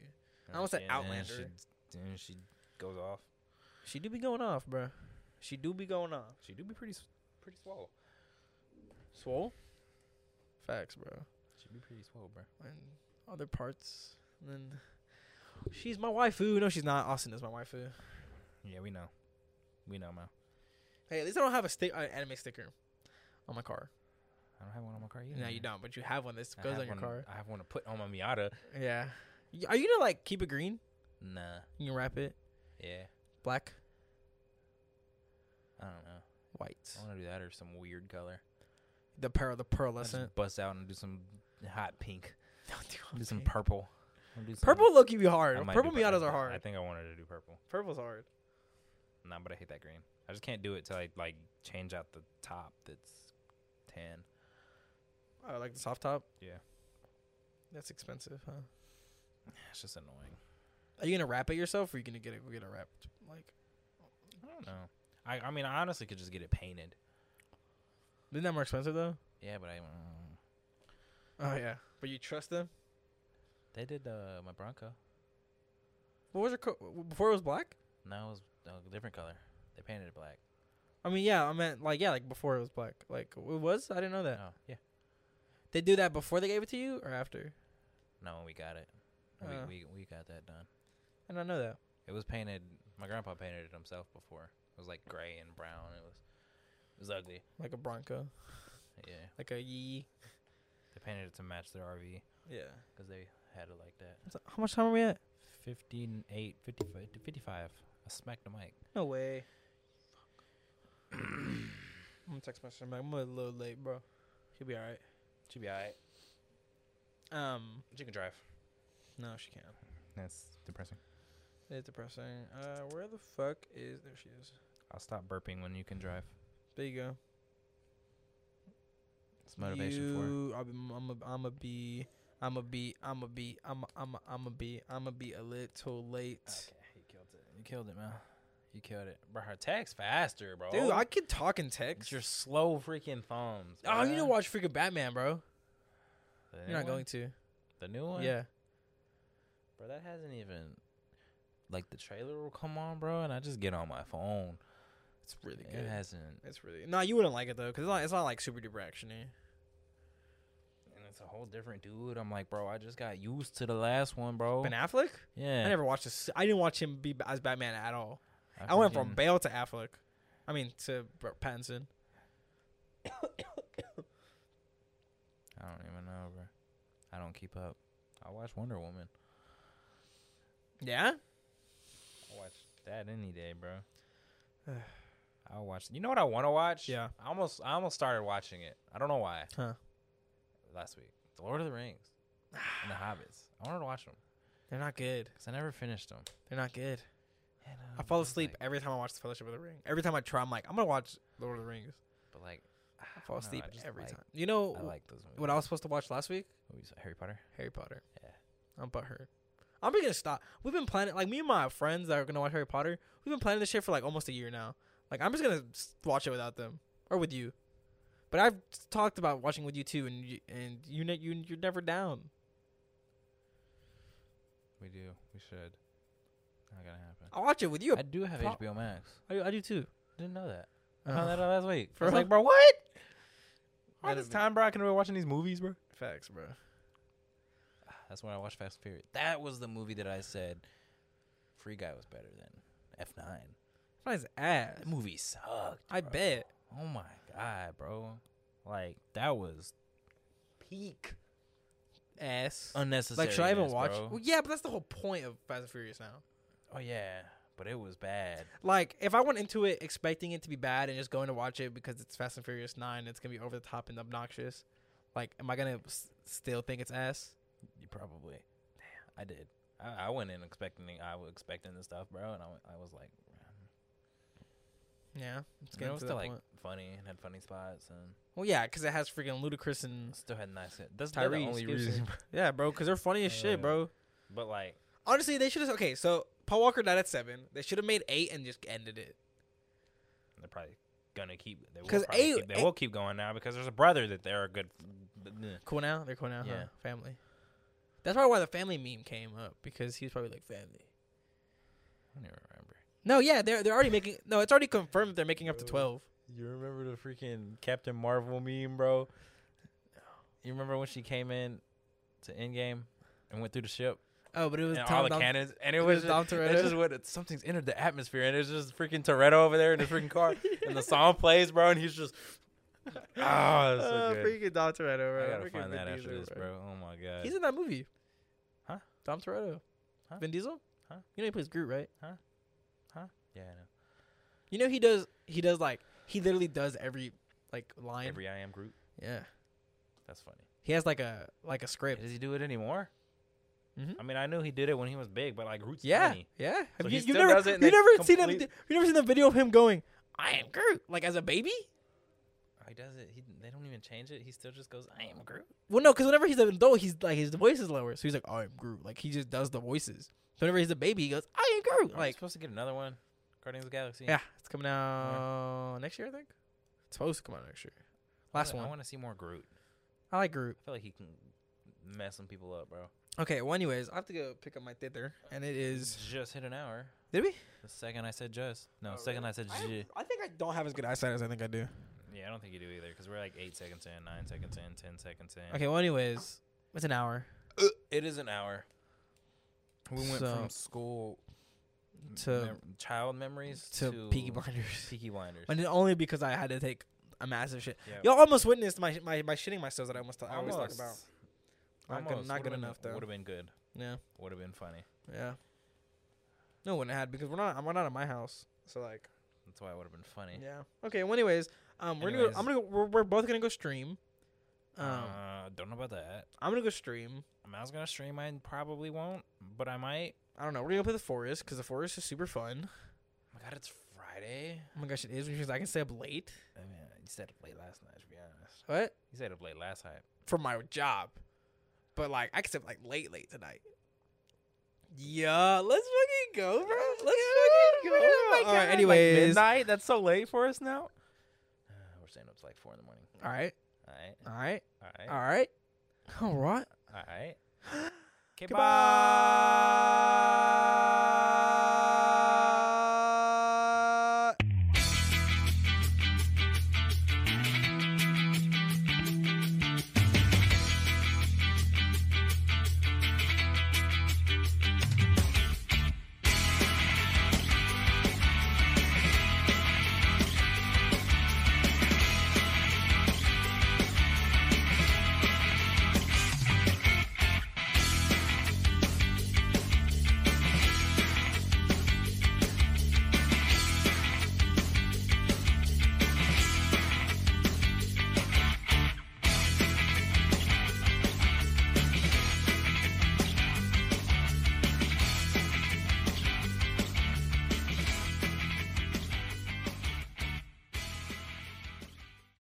B: And
A: almost said
B: she- and then
A: Outlander.
B: She, and she goes off.
A: She do be going off, bro. She do be going off.
B: She do be pretty s- pretty swole.
A: Swole. Facts, bro.
B: She be pretty swole, bro.
A: And other parts. And then she's my waifu. No, she's not. Austin is my waifu.
B: Yeah, we know. We know, man.
A: Hey, at least I don't have a stick, uh, anime sticker on my car.
B: I don't have one on my car either.
A: No, you don't, but you have one that
B: I
A: goes
B: have
A: on your
B: one-
A: car.
B: I have one to put on my Miata.
A: Yeah. Y- Are you gonna like keep it green?
B: Nah.
A: You can wrap it
B: Yeah.
A: black,
B: I don't know.
A: white.
B: I want to do that or some weird color.
A: The pearl, the
B: I'll just
A: pearlescent.
B: bust out and do some hot pink.
A: Don't do
B: Do some
A: pink.
B: purple. I'll do some-
A: Purple look you be
B: I
A: hard.
B: might
A: Purple
B: do pur-
A: Miatas
B: I-
A: are hard.
B: I think I wanted to do purple.
A: Purple's hard.
B: Nah, but I hate that green. I just can't do it till I like change out the top that's tan.
A: I like the soft top.
B: Yeah.
A: That's expensive, huh?
B: It's just annoying.
A: Are you gonna wrap it yourself, or are you gonna get it get it wrapped? Like,
B: I don't know. I I mean, I honestly could just get it painted.
A: isn't that more expensive though?
B: Yeah, but I. mm,
A: Oh yeah, but you trust them.
B: they did uh, my Bronco.
A: What was your co- w- before it was black?
B: No, it was a different color. They painted it black.
A: I mean, yeah, I meant like yeah, like before it was black. Like it was. I didn't know that.
B: Oh, yeah.
A: They do that before they gave it to you or after?
B: No, we got it. We,
A: Uh.
B: we we got that done.
A: I don't know that.
B: It was painted. My grandpa painted it himself before. It was like gray and brown. It was it was ugly.
A: Like a Bronco,
B: Yeah,
A: like a Yee.
B: they painted it to match their RV
A: Yeah.
B: because they had it like that.
A: That's- How much time are we at?
B: 58, 50, 55. I smacked the mic.
A: No way. I'm gonna text message him back. I'm a little late, bro. She'll be all right.
B: She be all right.
A: Um,
B: She can drive.
A: no, she can't.
B: That's depressing.
A: It's depressing. Uh, where the fuck is there? She is.
B: I'll stop burping when you can drive.
A: There you go.
B: It's motivation for
A: you, I'm, I'm a, I'm a be, I'm a be, I'm a be, I'm a, I'm a, I'm a be, I'm a be a little late.
B: you killed it. You killed it, man. You killed it. Bro, her text faster, bro.
A: Dude, I could talk in
B: It's
A: text.
B: your slow freaking thumbs.
A: oh, you need to
B: bruh.
A: watch freaking Batman, bro.
B: The new
A: You're not
B: one?
A: going to.
B: The new one?
A: Yeah.
B: Bro, that hasn't even. Like, the trailer will come on, bro, and I just get on my phone.
A: It's really
B: It hasn't.
A: It's really. No, you wouldn't like it though, cause it's not, it's not like super duper actiony.
B: And it's a whole different dude. I'm like, bro, I just got used to the last one, bro.
A: Ben Affleck?
B: yeah.
A: I never watched this. I didn't watch him be ba- as Batman at all.
B: I
A: I went from
B: freaking-
A: Bale to Affleck. I mean to Br- Pattinson.
B: I don't even know, bro. I don't keep up. I watch Wonder Woman.
A: Yeah.
B: I watch that any day, bro. I'll watch. You know what I want to watch?
A: Yeah.
B: I almost, I almost started watching it. I don't know why.
A: Huh.
B: Last week, The Lord of the Rings and The Hobbits. I wanted to watch them
A: They're not good.
B: because I never finished them.
A: They're not good.
B: And,
A: I
B: um,
A: fall
B: was
A: asleep
B: like-
A: every time I watch The Fellowship of the Ring. Every time I try, I'm like, I'm gonna watch Lord of the Rings.
B: but like,
A: I fall
B: don't know,
A: asleep
B: just
A: every
B: like-
A: time. You know
B: I like those movies.
A: what I was supposed to watch last week?
B: Movies, Harry Potter.
A: Harry Potter.
B: Yeah.
A: I'm butthurt. I'm gonna stop. We've been planning, like me and my friends that are gonna watch Harry Potter. We've been planning this shit for like almost a year now. Like I'm just gonna s- watch it without them or with you. But I've talked about watching with you too, and you, and you ne- you you're never down.
B: We do. We should. Not gonna happen.
A: I'll watch it with you.
B: I do have
A: pro-
B: HBO Max.
A: I do, I do too.
B: Didn't know that. I
A: Uh,
B: found that out last week.
A: For
B: I was
A: real?
B: like, bro, what? All
A: That'd
B: this
A: be-
B: time, bro, I can be watching these movies, bro.
A: Facts, bro.
B: That's when I watched Fast and Furious. That was the movie that I said Free Guy was better than F9.
A: Nice ass.
B: That movie sucked.
A: I
B: bro.
A: bet.
B: Oh my god, bro. Like that was peak
A: Ass.
B: unnecessary.
A: Like, should I even watch? Well, yeah, but that's the whole point of Fast and Furious now.
B: Oh yeah, but it was bad.
A: Like, if I went into it expecting it to be bad and just going to watch it because it's Fast and Furious Nine, it's gonna be over the top and obnoxious. Like, am I gonna s- still think it's ass?
B: You probably. Damn, I did. I, I went in expecting I was expecting this stuff, bro, and I, went- I was like,
A: Yeah, it's
B: and it
A: getting
B: was
A: to
B: still
A: that
B: like
A: point.
B: funny and had funny spots and
A: Well, yeah, because it has freaking ludicrous and
B: still had nice. That's they're
A: Tyrese.
B: the only
A: Gibson.
B: reason.
A: Yeah, bro, because they're funny as shit,
B: Yeah.
A: bro.
B: But like,
A: Uh, Honestly, they should have. Okay, so Paul Walker died at seven. They should have made eight and just ended it.
B: they're probably gonna keep. They will
A: 'Cause
B: probably
A: A-
B: keep, they
A: A-
B: will keep going now because there's a brother that they're a good.
A: Cool now, they're cool now. Yeah,
B: Yeah.
A: family. That's probably why the family meme came up because he was probably like family.
B: I don't even remember.
A: No, yeah, they're they're already making. No, it's already confirmed that they're making up to
B: Bro.
A: twelve.
B: You remember the freaking Captain Marvel meme, bro? You remember when she came in to Endgame and went through the ship
A: Oh, but it was
B: and all
A: Tom
B: the
A: Dom-
B: cannons, and it
A: it
B: was
A: was Dom
B: just,
A: Toretto.
B: it's just what it's, something's entered the atmosphere, and it's just freaking Toretto over there in the freaking car, and the song plays, bro, and he's just oh, that's so
A: Oh,
B: good.
A: freaking Dom Toretto, bro.
B: I gotta
A: Freaking
B: find
A: Vin
B: that after
A: Diesel,
B: this, bro. Oh my god,
A: He's in that movie.
B: Huh?
A: Dom Toretto.
B: Huh?
A: Vin Diesel?
B: Huh?
A: You know he plays Groot, right?
B: yeah, I know.
A: You know he does he does like he literally does every like line.
B: every I am Groot.
A: yeah.
B: That's funny.
A: He has like a like a script.
B: Does he do it anymore?
A: Mhm.
B: I mean, I knew he did it when he was big, but like Groot's
A: Yeah.
B: tiny.
A: Yeah. Have
B: he
A: you, you
B: still
A: never
B: does it
A: you
B: and they
A: never seen him
B: complete-
A: you never seen the video of him going, I am Groot like as a baby?
B: He does it. He, they don't even change it. He still just goes, "I am Groot."
A: Well no, because whenever he's an adult he's like his voice is lower. So he's like, I am Groot. Like he just does the voices. So whenever he's a baby, he goes, I am Groot.
B: Aren't we
A: Like
B: supposed to get another one, Guardians of the Galaxy.
A: Yeah, it's coming out next year, I think. It's supposed to come out next year. Last
B: I wanna-
A: one.
B: I want to see more Groot.
A: I like Groot.
B: I feel like he can mess some people up, bro.
A: Okay, well, anyways, I have to go pick up my thither, and it is.
B: Just hit an hour.
A: Did we?
B: The second I said just. No, second Oh, I said j.
A: I think I don't have as good eyesight as I think I do.
B: Yeah, I don't think you do either because we're like eight seconds in, nine seconds in, ten seconds in.
A: Okay, well, anyways, it's an hour
B: It is an hour. We went
A: So-
B: from school
A: To-
B: mem- child memories
A: to,
B: to,
A: Peaky Blinders,
B: Peaky Blinders.
A: and only because I had to take a massive shit.
B: Yeah.
A: Y'all almost witnessed my my, my shitting myself that I almost I always talk about. Not good, not good enough though.
B: Would have been good.
A: Yeah,
B: Would have been funny.
A: yeah. No one had because we're not. We're not at my house. So like,
B: That's why it would have been funny.
A: yeah. Okay. Well, anyways, um, we're gonna.
B: Anyways.
A: Go, I'm gonna. Go, we're, we're both gonna go stream. Um,
B: uh, don't know about that.
A: I'm gonna go stream.
B: I, mean, I was gonna stream. I probably won't, but I might.
A: I don't know. We're gonna play the forest because the forest is super fun.
B: Oh my god, it's Friday.
A: Oh my gosh, it is because I can stay up late.
B: I mean, you stayed up late last night. To be honest,
A: What
B: you stayed up late last night.
A: for my job? But like, I can stay up like late, late tonight. Yeah, let's fucking go, bro. Let's fucking go.
B: Oh my God, like
A: anyways,
B: midnight. That's so late for us now. Uh, we're staying up to like four in the morning.
A: all right,
B: All right.
A: all right,
B: All
A: all right,
B: right.
A: all right.
B: All right.
A: Goodbye.